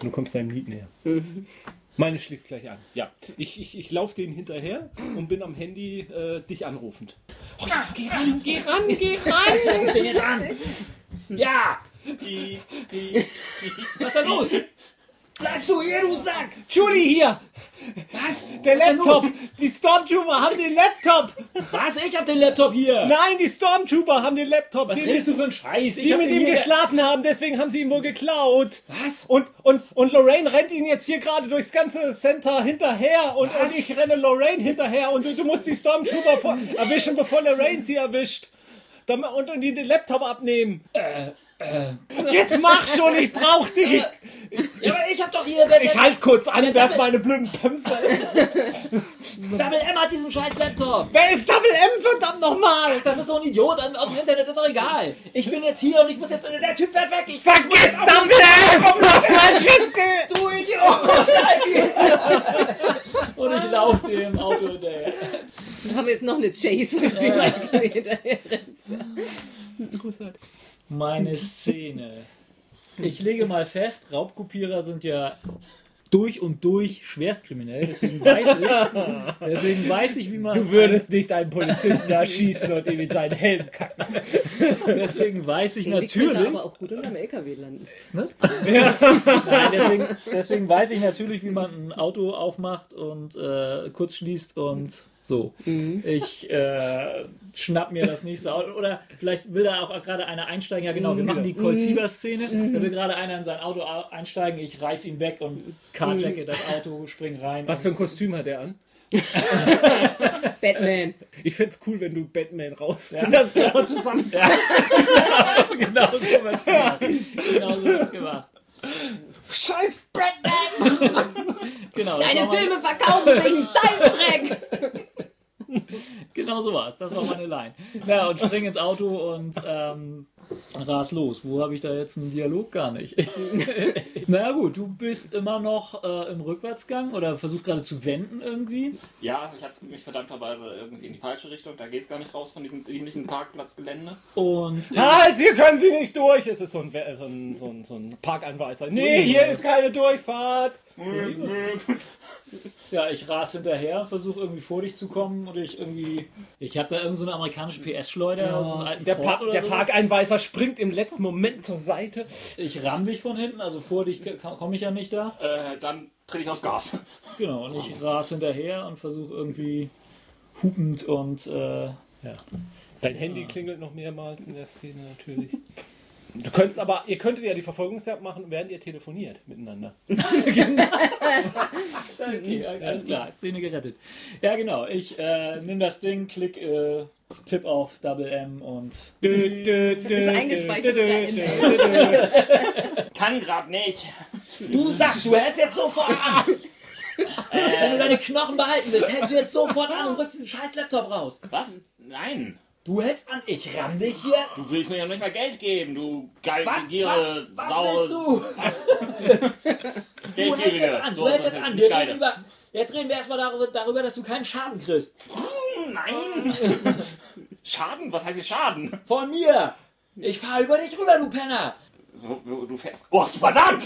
Speaker 2: Du kommst deinem Lied näher. Meine schließt gleich an. Ja, ich, ich, ich laufe denen hinterher und bin am Handy äh, dich anrufend. Oh, jetzt geh ran, geh ran, geh ran!
Speaker 5: Ruf den jetzt an!
Speaker 2: Hm.
Speaker 5: Ja!
Speaker 3: Piep, piep.
Speaker 5: Was ist da los?
Speaker 2: Bleibst du hier, du Sack! Julie hier! Was? Der Laptop! Die Stormtrooper haben den Laptop!
Speaker 5: Was? Ich hab den Laptop hier!
Speaker 2: Nein, die Stormtrooper haben den Laptop!
Speaker 5: Was
Speaker 2: die
Speaker 5: redest du für einen Scheiß? Ich
Speaker 2: die
Speaker 5: hab
Speaker 2: mit
Speaker 5: den
Speaker 2: ihm
Speaker 5: hier-
Speaker 2: geschlafen haben, deswegen haben sie ihn wohl geklaut.
Speaker 5: Was?
Speaker 2: Und, und, und Lorraine rennt ihn jetzt hier gerade durchs ganze Center hinterher und, und ich renne Lorraine hinterher und du, du musst die Stormtrooper vor, erwischen, bevor Lorraine sie erwischt. Dann- Und, und die den Laptop abnehmen. äh. Jetzt mach schon, ich brauch dich. Ich,
Speaker 5: Ja, aber ich hab doch hier... Der, der,
Speaker 2: ich halt kurz an, werf meine blöden Pimse.
Speaker 5: Double M hat diesen scheiß Laptop!
Speaker 2: Wer ist Double M, verdammt nochmal?
Speaker 5: Das ist so ein Idiot an- aus dem Internet, ist doch egal. Ich bin jetzt hier und ich muss jetzt... Der Typ fährt weg! Ich muss
Speaker 2: Vergiss
Speaker 5: jetzt auf-
Speaker 2: Double M! Komm noch mal, Schütze!
Speaker 5: Du Idiot! und ich lauf dem Auto hinterher.
Speaker 4: Dann haben wir jetzt noch eine Chase, weil du mal hinterher rennst.
Speaker 5: Meine Szene. Ich lege mal fest, Raubkopierer sind ja durch und durch schwerstkriminell, deswegen weiß ich, deswegen weiß ich wie man
Speaker 2: Du würdest nicht einen Polizisten erschießen und ihm in seinen Helm kacken.
Speaker 5: deswegen weiß ich
Speaker 4: Den Weg könnte er
Speaker 5: natürlich,
Speaker 4: aber auch gut unter dem LKW landen.
Speaker 5: Was? Nein, deswegen, deswegen weiß ich natürlich, wie man ein Auto aufmacht und äh, kurz schließt und so.
Speaker 4: Mhm.
Speaker 5: Ich äh, schnapp mir das nächste Auto. Oder vielleicht will da auch gerade einer einsteigen. Ja, genau, wir
Speaker 2: Mhm.
Speaker 5: machen die Colt Sievers-Szene. Da will gerade einer in sein Auto au- einsteigen, ich reiß ihn weg und carjacke das Auto, spring rein.
Speaker 2: Was für ein Kostüm hat er an?
Speaker 4: Batman.
Speaker 2: Ich find's cool, wenn du Batman raus
Speaker 5: Ja.
Speaker 2: das immer zusammen.
Speaker 5: und genau so wird's gemacht. Genau so wird's gemacht.
Speaker 2: Scheiß Batman!
Speaker 5: Genau, das war
Speaker 4: Deine
Speaker 5: meine-
Speaker 4: Filme verkaufen sich einen Scheißdreck.
Speaker 5: Genau so war's. Das war meine Line. Ja, und spring ins Auto und ähm, ras los. Wo habe ich da jetzt einen Dialog? Gar nicht. Na gut, du bist immer noch äh, im Rückwärtsgang oder versuchst gerade zu wenden irgendwie.
Speaker 3: Ja, ich habe mich verdammterweise irgendwie in die falsche Richtung. Da geht's gar nicht raus von diesem dämlichen Parkplatzgelände.
Speaker 5: Und
Speaker 2: Halt, hier können Sie nicht durch! Es ist so ein, We- so ein, so ein, so ein Parkanweiser. Nee, hier ist keine Durchfahrt!
Speaker 5: ja, ich ras hinterher, versuche irgendwie vor dich zu kommen oder ich irgendwie. Ich habe da irgendeine so eine amerikanische PS-Schleuder, so einen alten
Speaker 2: Der,
Speaker 5: Ford
Speaker 2: pa
Speaker 5: oder
Speaker 2: der
Speaker 5: sowas.
Speaker 2: Parkanweiser springt im letzten Moment zur Seite.
Speaker 5: Ich ramm dich von hinten, also vor dich komme ich ja nicht da.
Speaker 3: Äh, dann trete ich aufs Gas.
Speaker 5: Genau, und ich ras hinterher und versuche irgendwie hupend und äh,
Speaker 2: Dein Handy klingelt noch mehrmals in der Szene natürlich. Du könntest aber, ihr könntet ja die Verfolgungsjagd machen, während ihr telefoniert miteinander.
Speaker 5: Okay, alles klar, Szene gerettet. Ja, genau, ich äh, nehme das Ding, klick äh, Tipp auf Double M und
Speaker 4: Das ist eingespeichert. Ende.
Speaker 3: Kann grad nicht.
Speaker 5: Du sagst, du hältst jetzt sofort an! Wenn du deine Knochen behalten willst, hältst du jetzt sofort an und rückst diesen scheiß Laptop raus.
Speaker 3: Was? Nein.
Speaker 5: Du hältst an, ich ramm dich hier.
Speaker 3: Du willst mir ja nicht mal Geld geben, du
Speaker 5: Was?
Speaker 3: geldgiere
Speaker 5: Was? Was
Speaker 3: Sau.
Speaker 5: willst du? Du hältst jetzt an,
Speaker 3: Geldgierige.
Speaker 5: du hältst jetzt
Speaker 3: das
Speaker 5: an.
Speaker 3: ist
Speaker 5: Wir
Speaker 3: nicht
Speaker 5: reden
Speaker 3: geil.
Speaker 5: über, jetzt reden wir erstmal darüber, darüber, dass du keinen Schaden kriegst.
Speaker 3: Nein. Schaden? Was heißt hier Schaden?
Speaker 5: Von mir! Ich fahr über dich rüber, du Penner!
Speaker 3: Wo- wo- Du fährst. Oh, verdammt!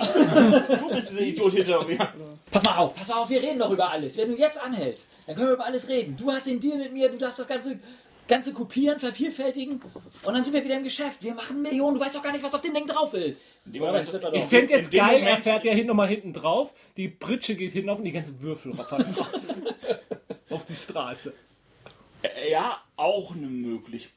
Speaker 3: Du bist dieser Idiot hinter mir.
Speaker 5: Pass mal auf, pass mal auf, wir reden doch über alles. Wenn du jetzt anhältst, dann können wir über alles reden. Du hast den Deal mit mir, du darfst das Ganze, Ganze kopieren, vervielfältigen und dann sind wir wieder im Geschäft. Wir machen Millionen, du weißt doch gar nicht, was auf dem Ding drauf ist.
Speaker 3: In dem
Speaker 5: Ja,
Speaker 3: Moment-
Speaker 5: das ist er doch.
Speaker 2: Ich fände jetzt
Speaker 3: In dem
Speaker 2: geil, er
Speaker 3: Moment-
Speaker 2: fährt ja hin nochmal hinten drauf, die Pritsche geht hinten auf und die ganzen Würfel fallen raus. auf die Straße.
Speaker 3: Ja, auch eine Möglichkeit.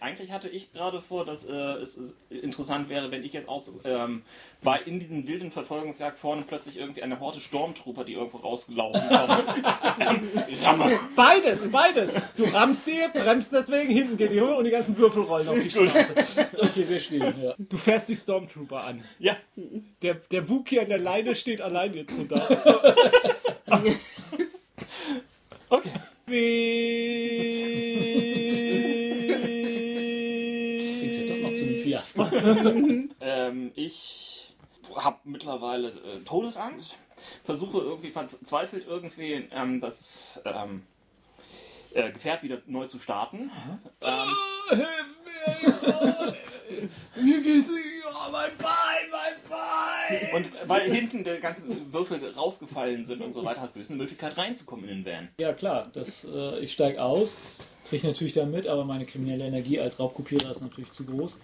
Speaker 3: Eigentlich hatte ich gerade vor, dass äh, es, es interessant wäre, wenn ich jetzt aus, ähm, bei in diesen wilden Verfolgungsjagd vorne plötzlich irgendwie eine Horte Sturmtrooper, die irgendwo rausgelaufen kommen. ähm, ramme.
Speaker 2: Beides, beides. Du rammst sie, bremst deswegen, hinten geht die Höhe und die ganzen Würfel rollen auf die Straße.
Speaker 5: Okay, wir stehen, ja.
Speaker 2: Du fährst die Stormtrooper an.
Speaker 3: Ja,
Speaker 2: Der, der Wookie an der Leine steht allein jetzt so da.
Speaker 3: okay.
Speaker 5: Ist ja doch noch zu einem Fiasko.
Speaker 3: Ähm, ich habe mittlerweile äh, Todesangst. Versuche irgendwie verzweifelt irgendwie ähm, das ähm, äh, Gefährt wieder neu zu starten. Ähm,
Speaker 2: Mir geht's nicht. Oh, mein Bein, mein Bein.
Speaker 3: Und weil hinten die ganzen Würfel rausgefallen sind und so weiter, hast du jetzt eine Möglichkeit reinzukommen in den Van.
Speaker 5: Ja, klar, das, äh, ich steige aus, kriege natürlich da mit, aber meine kriminelle Energie als Raubkopierer ist natürlich zu groß.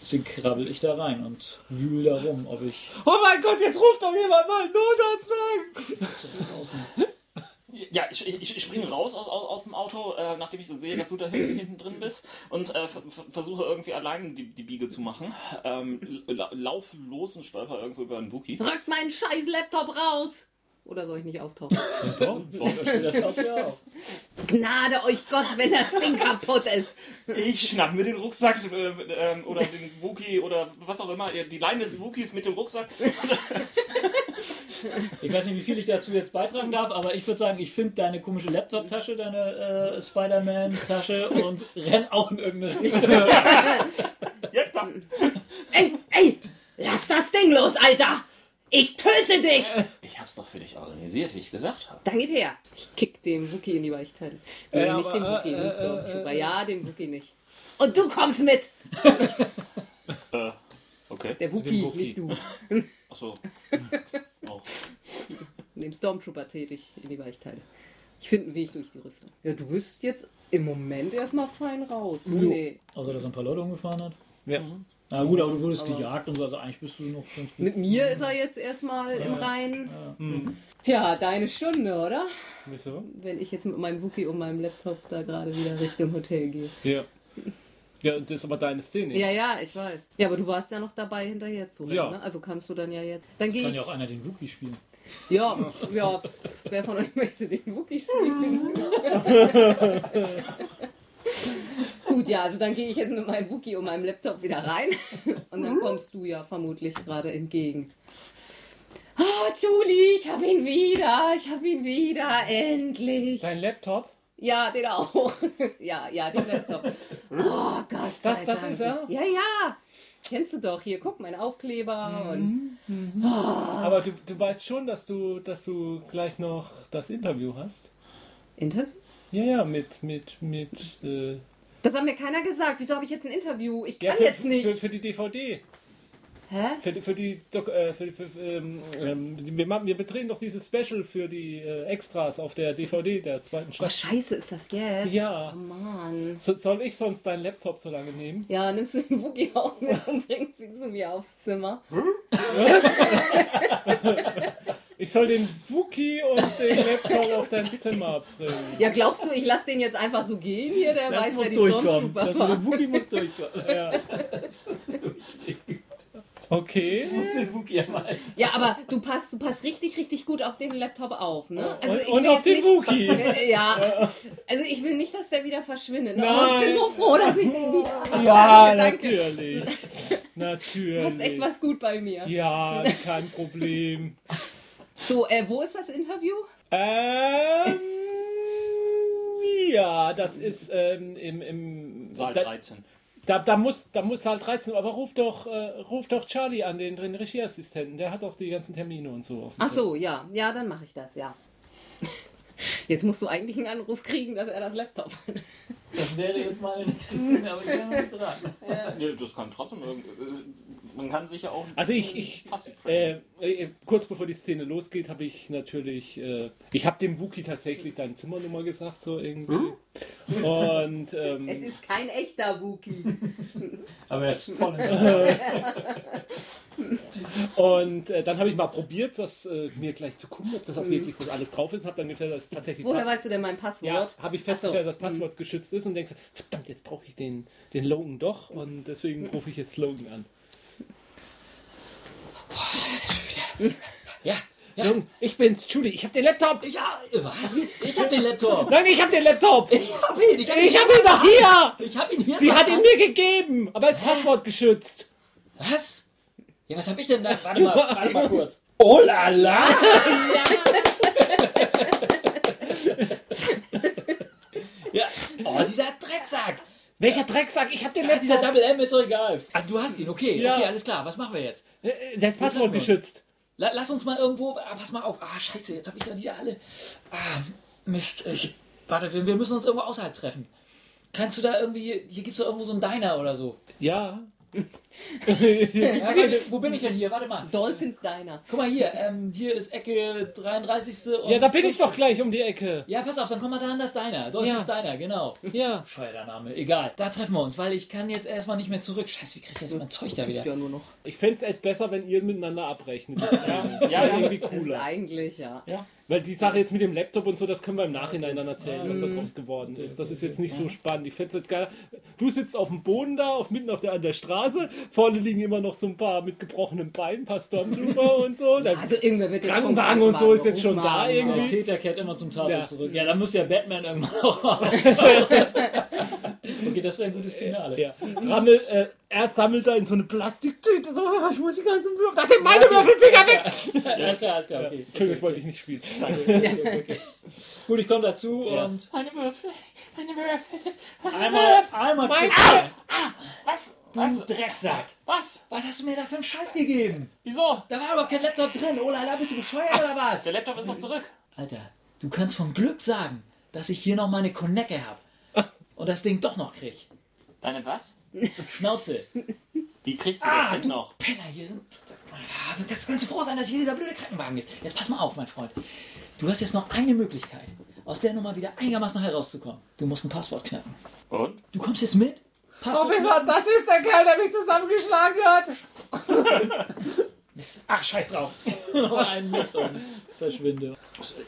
Speaker 5: Deswegen krabbel ich da rein und wühle da rum, ob ich
Speaker 2: Oh mein Gott, jetzt ruft doch jemand mal einen Notarzt an.
Speaker 5: draußen.
Speaker 3: Ja, ich, ich, ich springe raus aus, aus, aus dem Auto, äh, nachdem ich so sehe, dass du da hinten, hinten drin bist und äh, ver- ver- versuche irgendwie allein die, die Biege zu machen. Ähm, la lauf los und stolper irgendwo über einen Wookie.
Speaker 4: Rückt meinen scheiß Laptop raus! Oder soll ich nicht auftauchen?
Speaker 5: Das taucht ja auf.
Speaker 4: Gnade euch Gott, wenn das Ding kaputt ist.
Speaker 3: Ich schnapp mir den Rucksack äh, ähm, oder den Wookie oder was auch immer, die Leine des Wookies mit dem Rucksack.
Speaker 5: Ich weiß nicht, wie viel ich dazu jetzt beitragen darf, aber ich würde sagen, ich finde deine komische Laptop-Tasche, deine äh, Spider-Man-Tasche und renn auch in irgendeine Richtung.
Speaker 3: Ja, klar.
Speaker 4: Ey, ey, lass das Ding los, Alter! Ich töte dich!
Speaker 3: Ich hab's doch für dich organisiert, wie ich gesagt habe.
Speaker 4: Dann geht her. Ich kick dem Wookie in die Weichteile. Nee,
Speaker 2: Äh,
Speaker 4: nicht
Speaker 2: aber,
Speaker 4: den Wookie,
Speaker 2: äh,
Speaker 4: den
Speaker 2: äh,
Speaker 4: Stormtrooper.
Speaker 2: äh,
Speaker 4: ja, den Wookie nicht. Und du kommst mit!
Speaker 3: Okay.
Speaker 4: Der Wookie,
Speaker 2: Wookie.
Speaker 4: nicht du.
Speaker 3: Achso. Auch.
Speaker 4: Mit Dem Stormtrooper tätig in die Weichteile. Ich finde einen Weg durch die Rüstung. Ja, du bist jetzt im Moment erstmal fein raus. Nee.
Speaker 5: Außer, dass er ein paar Leute umgefahren hat. Mhm.
Speaker 2: Ja.
Speaker 5: Na gut, aber du wurdest gejagt und so, also eigentlich bist du noch ganz gut.
Speaker 4: Mit mir ist er jetzt erstmal im Reinen.
Speaker 3: Hm.
Speaker 4: Tja, deine Stunde, oder?
Speaker 2: Wieso?
Speaker 4: Wenn ich jetzt mit meinem Wookie und meinem Laptop da gerade wieder Richtung Hotel gehe.
Speaker 2: Ja. Ja, das ist aber deine Szene.
Speaker 4: Ja, ja, ich weiß. Ja, aber du warst ja noch dabei, hinterher zu rennen,
Speaker 2: Ja.
Speaker 4: ne? Also kannst du dann ja jetzt. Dann gehe
Speaker 5: Kann
Speaker 4: ich.
Speaker 5: ja auch einer den Wookie spielen.
Speaker 4: Ja, ja, wer von euch möchte den Wookie spielen? Gut, ja, also dann gehe ich jetzt mit meinem Wookie und meinem Laptop wieder rein. Und dann kommst du ja vermutlich gerade entgegen. Oh, Julie, ich habe ihn wieder, ich habe ihn wieder, endlich.
Speaker 2: Dein Laptop?
Speaker 4: Ja, den auch. Ja, ja, den Laptop. Oh Gott.
Speaker 2: Das-
Speaker 4: sei
Speaker 2: das
Speaker 4: Dank.
Speaker 2: ist er?
Speaker 4: Ja, ja. Kennst du doch. Hier, guck, mein Aufkleber.
Speaker 2: Mhm.
Speaker 4: Und Ah.
Speaker 2: Aber du, du weißt schon, dass du, dass du gleich noch das Interview hast.
Speaker 4: Interview?
Speaker 2: Ja, ja, mit, mit, mit, äh,
Speaker 4: Das hat mir keiner gesagt. Wieso habe ich jetzt ein Interview? Ich
Speaker 2: ja,
Speaker 4: kann
Speaker 2: für,
Speaker 4: jetzt nicht.
Speaker 2: Für, für die DVD.
Speaker 4: Hä? Oh,
Speaker 2: Für, die- für die, Doc, äh, für, für, ähm, ähm, wir, machen, wir drehen doch dieses Special für die äh, Extras auf der DVD der zweiten
Speaker 4: Oh,
Speaker 2: Staffel.
Speaker 4: scheiße, ist das jetzt?
Speaker 2: Ja.
Speaker 4: Oh, Mann.
Speaker 2: So, soll ich sonst deinen Laptop so lange nehmen?
Speaker 4: Ja, nimmst du den Wookie auch mit und bringst ihn zu mir aufs Zimmer.
Speaker 2: Ich Ich soll den Wookie und den Laptop auf dein Zimmer bringen.
Speaker 4: Ja, glaubst du, ich lasse den jetzt einfach so gehen hier? Der
Speaker 7: Das
Speaker 4: weiß, wer
Speaker 7: muss
Speaker 4: die
Speaker 7: durchkommen.
Speaker 4: Sonnenschubert
Speaker 7: Das mit dem
Speaker 4: war.
Speaker 7: Wookie muss durchkommen.
Speaker 2: Okay.
Speaker 5: Muss den Wookie am Hals.
Speaker 4: Ja, aber du passt, du passt richtig, richtig gut auf den Laptop auf, ne?
Speaker 2: Oh,
Speaker 4: Also
Speaker 2: Und,
Speaker 4: ich
Speaker 2: und
Speaker 4: will
Speaker 2: auf den
Speaker 4: jetzt nicht,
Speaker 2: Wookie.
Speaker 4: Ja, also ich will nicht, dass der wieder verschwindet. Aber ich bin so froh, dass ich den wieder habe.
Speaker 2: Ja,
Speaker 4: Danke.
Speaker 2: natürlich. Natürlich.
Speaker 4: Du hast echt was gut bei mir.
Speaker 2: Ja, kein Problem.
Speaker 4: So, äh, wo ist das Interview?
Speaker 2: Ähm, ja, das ist ähm, im, im
Speaker 3: Saal
Speaker 2: da,
Speaker 3: 13.
Speaker 2: da, da muss da muss halt 13, aber ruf doch äh, ruf doch Charlie an, den, den Regieassistenten, der hat doch die ganzen Termine und so. auf dem
Speaker 4: Ach so, ja, ja, dann mache ich das, ja. Jetzt musst du eigentlich einen Anruf kriegen, dass er das Laptop
Speaker 2: Mhm.
Speaker 4: hat.
Speaker 5: Das wäre jetzt mal eine nächste Szene, aber ich bin noch nicht dran.
Speaker 3: Nee, das kann trotzdem irgendwie. Man kann sicher auch.
Speaker 2: Also ich- ich-
Speaker 3: Passiv
Speaker 2: Äh, äh, kurz bevor die Szene losgeht, habe ich natürlich, äh, ich habe dem Wookie tatsächlich deine Zimmernummer gesagt, so irgendwie. Und
Speaker 4: Es
Speaker 2: ähm,
Speaker 4: ist kein echter Wookie.
Speaker 5: Aber er ist voll im
Speaker 2: und äh, dann habe ich mal probiert, das äh, mir gleich zu gucken, ob das auch wirklich das alles drauf ist, und habe dann gestellt, dass es tatsächlich
Speaker 4: Woher weißt du denn mein
Speaker 2: ja,
Speaker 4: Passwort?
Speaker 2: habe ich
Speaker 4: Ach so.
Speaker 2: festgestellt, dass das Passwort
Speaker 5: Mhm.
Speaker 2: geschützt ist und denkst, verdammt, jetzt brauche ich den, den Logan doch
Speaker 5: Mhm.
Speaker 2: und deswegen rufe ich jetzt Logan an.
Speaker 5: Ja,
Speaker 2: Logan, Mhm. ich bin's, Julie, ich habe den Laptop.
Speaker 5: ja, was? Ich hab den Laptop.
Speaker 2: Nein, ich habe den Laptop. Ich
Speaker 5: Ich hab ihn, ich hab ihn,
Speaker 2: habe ihn doch hier.
Speaker 5: ich hab ihn hier.
Speaker 2: Sie hat ihn mir gegeben, aber als Passwort geschützt.
Speaker 5: Was? Ja, was hab ich denn da? Warte mal, warte mal kurz. Oh la la! ja. Oh, dieser Drecksack!
Speaker 2: Welcher Drecksack? Ich habe den
Speaker 5: Ja, dieser
Speaker 2: Laptop.
Speaker 5: Double M ist doch egal. Also du hast ihn, okay,
Speaker 2: Ja.
Speaker 5: okay, alles klar. Was machen wir jetzt?
Speaker 2: Äh, Der ist Passwort geschützt.
Speaker 5: La lass uns mal irgendwo. Ah, pass mal auf. Ah, scheiße, jetzt hab ich da die alle. Ah, Mist. Ich, warte, wir, wir müssen uns irgendwo außerhalb treffen. Kannst du da irgendwie. Hier gibt's doch irgendwo so einen Diner oder so.
Speaker 2: Ja.
Speaker 5: Ja, warte, wo bin ich denn hier? Warte mal.
Speaker 4: Dolphins Diner.
Speaker 5: Guck mal hier, ähm, hier ist Ecke 33. und-
Speaker 2: Ja, da bin ich doch gleich um die Ecke.
Speaker 5: Ja, pass auf, dann komm mal da an das Deiner. Dort
Speaker 2: Ja.
Speaker 5: ist Deiner, genau.
Speaker 2: Ja.
Speaker 5: Scheuer Name, egal. Da treffen wir uns, weil ich kann jetzt erstmal nicht mehr zurück. Scheiße, wie krieg ich jetzt mein Zeug da wieder?
Speaker 4: Ja, nur noch.
Speaker 2: Ich fände es echt besser, wenn ihr miteinander abrechnet. Das ist ja,
Speaker 3: Ja, ja.
Speaker 2: irgendwie
Speaker 4: Ist
Speaker 2: cooler.
Speaker 4: eigentlich, ja.
Speaker 2: Ja, weil die Sache jetzt mit dem Laptop und so, das können wir im Nachhinein dann erzählen, was da draus geworden ist. Das ist jetzt nicht so spannend. Ich fände es jetzt geil. Du sitzt auf dem Boden da, auf, mitten auf der, an der Straße. Vorne liegen immer noch so ein paar mit gebrochenen Beinen, ein paar Stormtrooper und so. Dann,
Speaker 4: Also irgendwer wird jetzt vom
Speaker 2: Krankenwagen und so ist jetzt schon
Speaker 4: Krankenwagen
Speaker 2: da
Speaker 4: gerufen haben.
Speaker 2: irgendwie.
Speaker 5: Täter kehrt immer zum Tatort
Speaker 2: Ja.
Speaker 5: zurück. Ja, dann muss ja Batman irgendwann auch Okay, das wäre ein gutes Finale.
Speaker 2: ja. Rammel, äh, er sammelt da in so eine Plastiktüte. So, "Ah, ich muss die ganzen Würfel. Da sind meine Würfelfinger weg!
Speaker 5: Alles klar, alles klar, okay.
Speaker 2: Entschuldigung, ich wollte dich nicht spielen.
Speaker 5: Gut, ich komme dazu
Speaker 2: Ja.
Speaker 5: und. Meine Würfel, meine Würfel. Einmal, einmal Tschüss.
Speaker 3: Was?
Speaker 5: Du Drecksack!
Speaker 3: Was?
Speaker 5: Was hast du mir da für einen Scheiß gegeben?
Speaker 3: Wieso?
Speaker 5: Da war überhaupt kein Laptop drin. Oh la la, bist du bescheuert oder was?
Speaker 3: Der Laptop ist doch zurück.
Speaker 5: Alter, du kannst von Glück sagen, dass ich hier noch meine Konecke hab. Und das Ding doch noch krieg.
Speaker 3: Deine was?
Speaker 5: Schnauze.
Speaker 3: Wie kriegst du das denn noch?
Speaker 5: Penner, hier sind. Ah, Du kannst ganz froh sein, dass hier dieser blöde Krankenwagen ist. Jetzt pass mal auf, mein Freund. Du hast jetzt noch eine Möglichkeit, aus der Nummer wieder einigermaßen herauszukommen. Du musst ein Passwort knacken.
Speaker 3: Und?
Speaker 5: Du kommst jetzt mit? Passwort.
Speaker 2: Oh, das ist der Kerl, der mich zusammengeschlagen hat.
Speaker 5: Mist. Ach, scheiß drauf. Noch einen mit und verschwinde.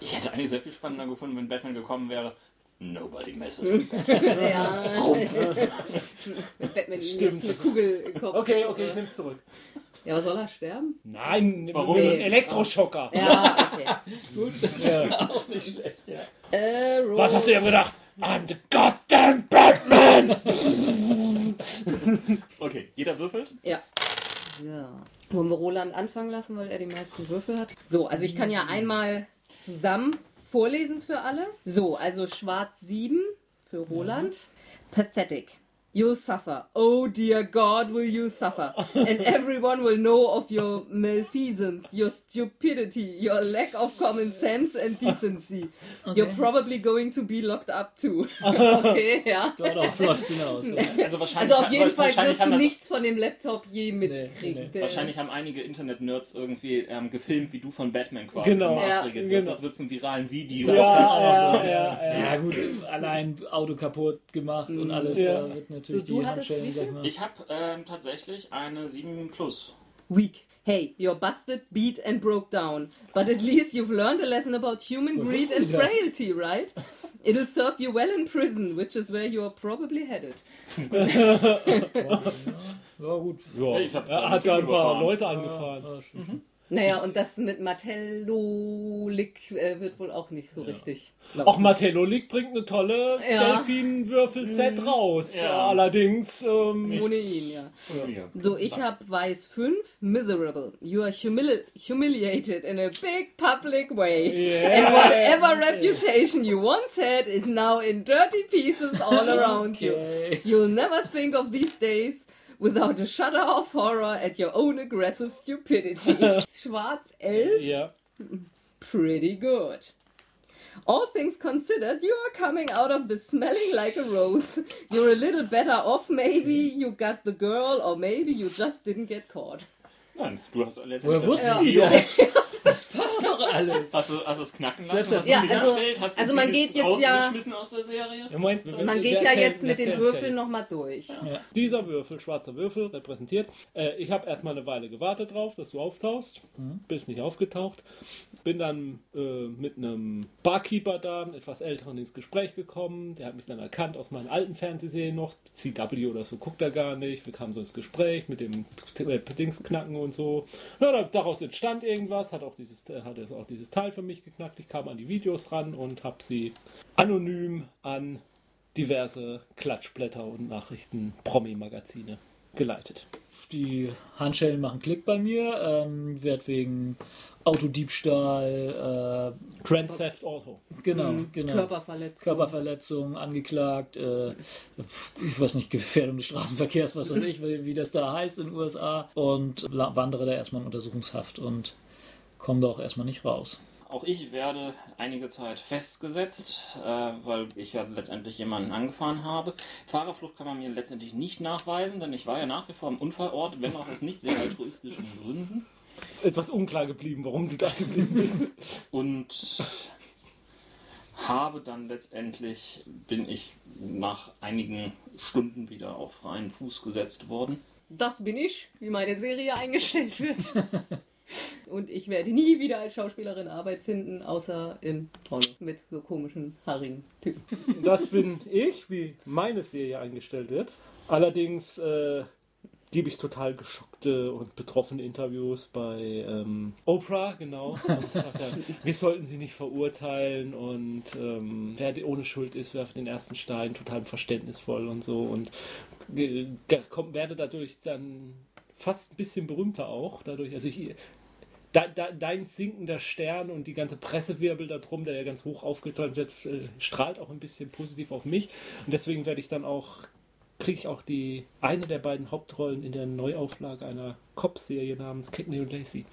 Speaker 3: Ich hätte eigentlich sehr viel spannender gefunden, wenn Batman gekommen wäre. Nobody messes with Batman.
Speaker 4: Ja. Batman Stimmt.
Speaker 2: Stimmt.
Speaker 4: eine Kugel im Kopf.
Speaker 2: Okay, okay, ich nehm's zurück.
Speaker 4: Ja, aber soll er sterben?
Speaker 2: Nein,
Speaker 3: Warum?
Speaker 2: Nee. Elektroschocker.
Speaker 4: Ja, okay.
Speaker 5: Auch nicht schlecht, ja.
Speaker 4: äh, Ro-
Speaker 2: Was hast du dir gedacht? I'm the goddamn Batman!
Speaker 3: Okay, jeder würfelt.
Speaker 4: Ja. So. Wollen wir Roland anfangen lassen, weil er die meisten Würfel hat? So, also ich kann ja einmal zusammen vorlesen für alle. So, also schwarz 7 für Roland. Pathetic. You'll suffer. Oh dear God, will you suffer. And everyone will know of your malfeasance, your stupidity, your lack of common sense and decency. You're probably going to be locked up too. Okay, ja.
Speaker 5: Darauf läuft hinaus.
Speaker 3: Also wahrscheinlich,
Speaker 4: Also auf jeden Fall
Speaker 3: wahrscheinlich
Speaker 4: wirst
Speaker 3: haben
Speaker 4: du
Speaker 3: das-
Speaker 4: nichts von dem Laptop je mitkriegen.
Speaker 5: nee.
Speaker 4: Der-
Speaker 3: Wahrscheinlich haben einige Internet-Nerds irgendwie ähm, gefilmt, wie du von Batman quasi
Speaker 2: Genau.
Speaker 3: gemaßregelt
Speaker 2: Ja,
Speaker 3: wirst.
Speaker 2: genau.
Speaker 3: Das wird zum viralen Video.
Speaker 2: Ja, ja, ja,
Speaker 5: Ja, gut, allein Auto kaputt gemacht und alles.
Speaker 2: Ja.
Speaker 5: Da wird
Speaker 4: Mhm.
Speaker 5: natürlich
Speaker 4: So, du
Speaker 5: die
Speaker 4: hattest
Speaker 5: Handschellen
Speaker 4: wie viel?
Speaker 5: gleich mal.
Speaker 3: Ich habe ähm, tatsächlich eine 7 Plus.
Speaker 4: Weak. Hey, your busted, beat and broke down. But at least you've learned a lesson about human
Speaker 5: Woher
Speaker 4: greed
Speaker 5: wussten
Speaker 4: and
Speaker 5: die das?
Speaker 4: frailty, right? It'll serve you well in prison, which is where you're probably headed.
Speaker 5: Ja, gut.
Speaker 2: Ja,
Speaker 3: Ich hab äh,
Speaker 2: er hat da ein paar
Speaker 3: überfahren.
Speaker 2: Leute angefahren.
Speaker 4: Naja, und das mit Martellolik äh, wird wohl auch nicht so richtig. laufen.
Speaker 2: Auch Martellolik bringt eine tolle
Speaker 4: Ja. Mhm.
Speaker 2: Delfinwürfel-Set raus.
Speaker 3: Ja.
Speaker 2: Allerdings, ähm,
Speaker 4: Ohne ihn, ja.
Speaker 3: Ja.
Speaker 4: So, ich hab weiß 5, miserable. You are humili humiliated in a big public way. And whatever reputation you once had is now in dirty pieces all around you. You'll never think of these days without a shudder of horror at your own aggressive stupidity. Schwarz 11.
Speaker 2: ja.
Speaker 4: Pretty good. All things considered, you are coming out of this smelling like a rose. You're a little better off, maybe
Speaker 2: Mhm.
Speaker 4: you got the girl, or maybe you just didn't get caught.
Speaker 3: Nein, du hast letztendlich
Speaker 5: Woher
Speaker 3: das,
Speaker 5: wussten
Speaker 4: Ja.
Speaker 5: die das? Das passt doch alles.
Speaker 3: hast, du, hast du es knacken lassen?
Speaker 5: Selbst das-
Speaker 3: Hast
Speaker 4: Ja,
Speaker 3: du es
Speaker 4: also-
Speaker 3: hingestellt? Hast du
Speaker 4: also man
Speaker 3: die
Speaker 4: geht jetzt ja-
Speaker 3: rausgeschmissen aus der Serie?
Speaker 2: Ja, Moment,
Speaker 4: Man
Speaker 2: wer
Speaker 4: geht ja
Speaker 2: zählt-
Speaker 4: jetzt mit
Speaker 2: wer
Speaker 4: den
Speaker 2: zählt-
Speaker 4: Würfeln
Speaker 2: zählt?
Speaker 4: nochmal durch.
Speaker 2: Ja. Dieser Würfel, schwarzer Würfel, repräsentiert. Äh, ich habe erstmal eine Weile gewartet drauf, dass du auftauchst. Bist nicht aufgetaucht. Bin dann äh, mit einem Barkeeper da, einem etwas älteren, ins Gespräch gekommen. Der hat mich dann erkannt aus meinen alten Fernsehserien noch. CW oder so guckt er gar nicht. Wir kamen so ins Gespräch mit dem T- äh, Dingsknacken und so. Ja, da- daraus entstand irgendwas. Hat auch dieses, äh, hat es auch dieses Teil für mich geknackt. Ich kam an die Videos ran und habe sie anonym an diverse Klatschblätter und Nachrichten, Promi-Magazine geleitet.
Speaker 5: Die Handschellen machen Klick bei mir. Ähm, werd wegen Autodiebstahl,
Speaker 2: Grand Theft Auto.
Speaker 5: äh, genau,
Speaker 4: Mhm.
Speaker 5: genau.
Speaker 4: Körperverletzung.
Speaker 5: Körperverletzung angeklagt, äh, ich weiß nicht, Gefährdung des Straßenverkehrs, was weiß ich, wie wie das da heißt in den USA und la- wandere da erstmal in Untersuchungshaft und komme da auch erstmal nicht raus.
Speaker 3: Auch ich werde einige Zeit festgesetzt, äh, weil ich ja letztendlich jemanden angefahren habe. Fahrerflucht kann man mir letztendlich nicht nachweisen, denn ich war ja nach wie vor am Unfallort, wenn auch aus nicht sehr altruistischen Gründen.
Speaker 2: Ist etwas unklar geblieben, warum du da geblieben bist.
Speaker 3: und habe dann letztendlich, bin ich nach einigen Stunden wieder auf freien Fuß gesetzt worden.
Speaker 4: Das bin ich, wie meine Serie eingestellt wird. Und ich werde nie wieder als Schauspielerin Arbeit finden, außer in Pornos mit so komischen, haarigen Typen.
Speaker 2: Das bin ich, wie meine Serie eingestellt wird. Allerdings äh, gebe ich total geschockte und betroffene Interviews bei ähm, Oprah, genau. Und sagt dann, wir sollten sie nicht verurteilen und ähm, wer ohne Schuld ist, werft den ersten Stein, total verständnisvoll und so. Und äh, da kommt, werde dadurch dann fast ein bisschen berühmter auch. Dadurch, also ich, da, da, dein sinkender Stern und die ganze Pressewirbel da drum, der ja ganz hoch aufgeteilt wird, äh, strahlt auch ein bisschen positiv auf mich. Und deswegen werde ich dann auch, kriege ich auch die eine der beiden Hauptrollen in der Neuauflage einer Cop-Serie namens Kidney und Lacey.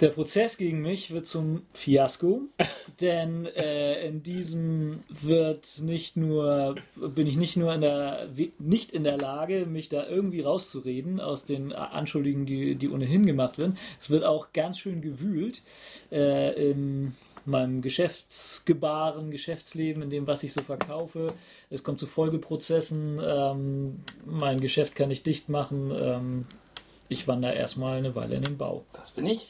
Speaker 5: Der Prozess gegen mich wird zum Fiasko, denn äh, in diesem wird nicht nur bin ich nicht nur in der we- nicht in der Lage, mich da irgendwie rauszureden aus den äh, Anschuldigungen, die, die ohnehin gemacht werden. Es wird auch ganz schön gewühlt äh, in meinem Geschäftsgebaren, Geschäftsleben, in dem, was ich so verkaufe. Es kommt zu Folgeprozessen. Ähm, mein Geschäft kann ich dicht machen. Ähm, ich wandere erstmal eine Weile in den Bau.
Speaker 3: Das bin ich.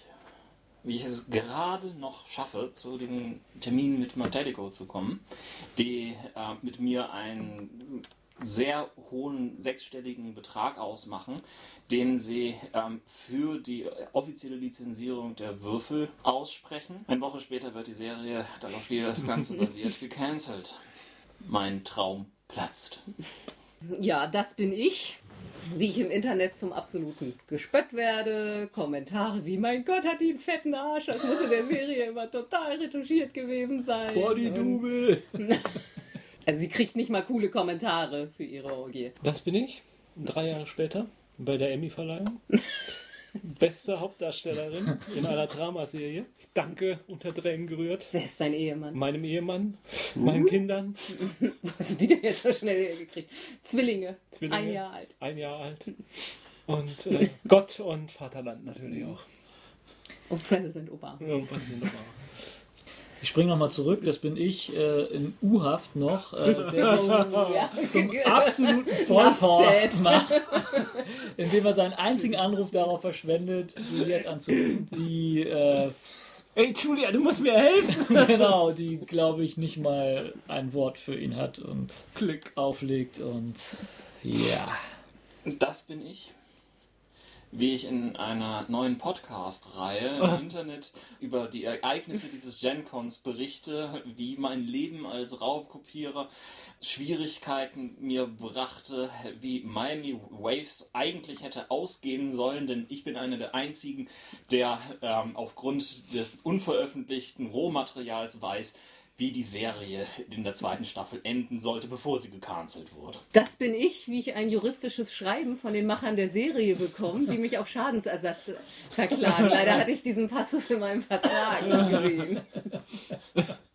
Speaker 3: Wie ich es gerade noch schaffe, zu dem Termin mit Montelico zu kommen, die äh, mit mir einen sehr hohen sechsstelligen Betrag ausmachen, den sie ähm, für die offizielle Lizenzierung der Würfel aussprechen. Eine Woche später wird die Serie, darauf die das Ganze basiert, gecancelt. Mein Traum platzt.
Speaker 4: Ja, das bin ich, wie ich im Internet zum Absoluten gespött werde. Kommentare wie, mein Gott, hat die einen fetten Arsch, das muss in der Serie immer total retuschiert gewesen sein. Und-
Speaker 5: Bodydouble!
Speaker 4: Also sie kriegt nicht mal coole Kommentare für ihre Orgie.
Speaker 2: Das bin ich, drei Jahre später, bei der Emmy-Verleihung. Beste Hauptdarstellerin in einer Dramaserie. Ich danke, unter Tränen gerührt,
Speaker 4: Wer ist dein Ehemann?
Speaker 2: meinem Ehemann, meinen Kindern,
Speaker 4: Wo hast du die denn jetzt so schnell hergekriegt? Zwillinge,
Speaker 2: Zwillinge.
Speaker 4: ein Jahr alt.
Speaker 2: ein Jahr alt. Und äh, Gott und Vaterland natürlich auch. Oh,
Speaker 4: Und Präsident Obama.
Speaker 2: Irgendwas sind noch mal.
Speaker 5: Ich springe nochmal zurück, das bin ich äh, in U-Haft noch, äh, der
Speaker 4: Oh, Ja. genau.
Speaker 5: sich zum absoluten Vollhorst macht, indem er seinen einzigen Anruf darauf verschwendet, Juliette anzurufen, die, äh,
Speaker 2: Ey, Julia, du musst mir helfen.
Speaker 5: genau, die glaube ich nicht mal ein Wort für ihn hat und
Speaker 2: Klick.
Speaker 5: auflegt und ja.
Speaker 3: Das bin ich. Wie ich in einer neuen Podcast-Reihe im Internet über die Ereignisse dieses GenCons berichte, wie mein Leben als Raubkopierer Schwierigkeiten mir brachte, wie Miami Waves eigentlich hätte ausgehen sollen, denn ich bin einer der einzigen, der ähm, aufgrund des unveröffentlichten Rohmaterials weiß, wie die Serie in der zweiten Staffel enden sollte, bevor sie gecancelt wurde.
Speaker 4: Das bin ich, wie ich ein juristisches Schreiben von den Machern der Serie bekomme, die mich auf Schadensersatz verklagen. Leider hatte ich diesen Passus in meinem Vertrag nie gesehen.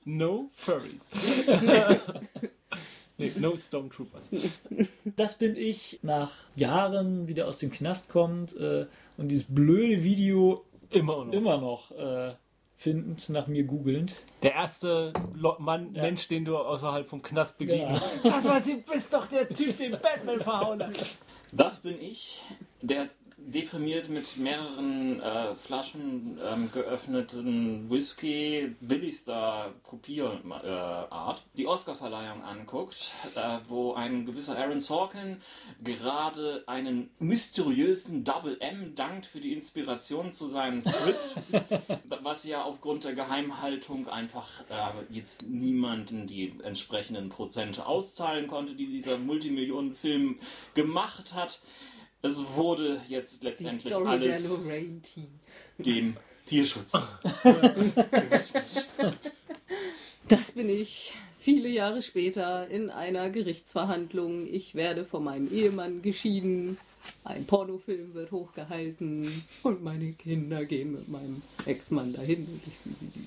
Speaker 2: No Furries. nee, no Stormtroopers.
Speaker 5: Das bin ich nach Jahren wieder aus dem Knast kommt äh, und dieses blöde Video
Speaker 2: Immer noch.
Speaker 5: immer noch äh, findend, nach mir googelnd.
Speaker 2: Der erste Lo- Mann, Mensch, den du außerhalb vom Knast begegnest. Das war sie, bist doch der Typ, den Batman verhauen hat.
Speaker 3: Das bin ich, der deprimiert mit mehreren äh, Flaschen ähm, geöffneten Whisky billigster Kopierart äh, Art die Oscarverleihung anguckt, äh, wo ein gewisser Aaron Sorkin gerade einen mysteriösen Double M dankt für die Inspiration zu seinem Skript, was ja aufgrund der Geheimhaltung einfach äh, jetzt niemanden die entsprechenden Prozente auszahlen konnte, die dieser Multimillionenfilm gemacht hat. Es wurde jetzt
Speaker 4: Die
Speaker 3: letztendlich
Speaker 4: Story der
Speaker 3: alles
Speaker 4: Lorraine Team.
Speaker 3: dem Tierschutz.
Speaker 4: Das bin ich. Viele Jahre später in einer Gerichtsverhandlung. Ich werde von meinem Ehemann geschieden. Ein Pornofilm wird hochgehalten und meine Kinder gehen mit meinem Ex-Mann dahin und ich sehe sie nie.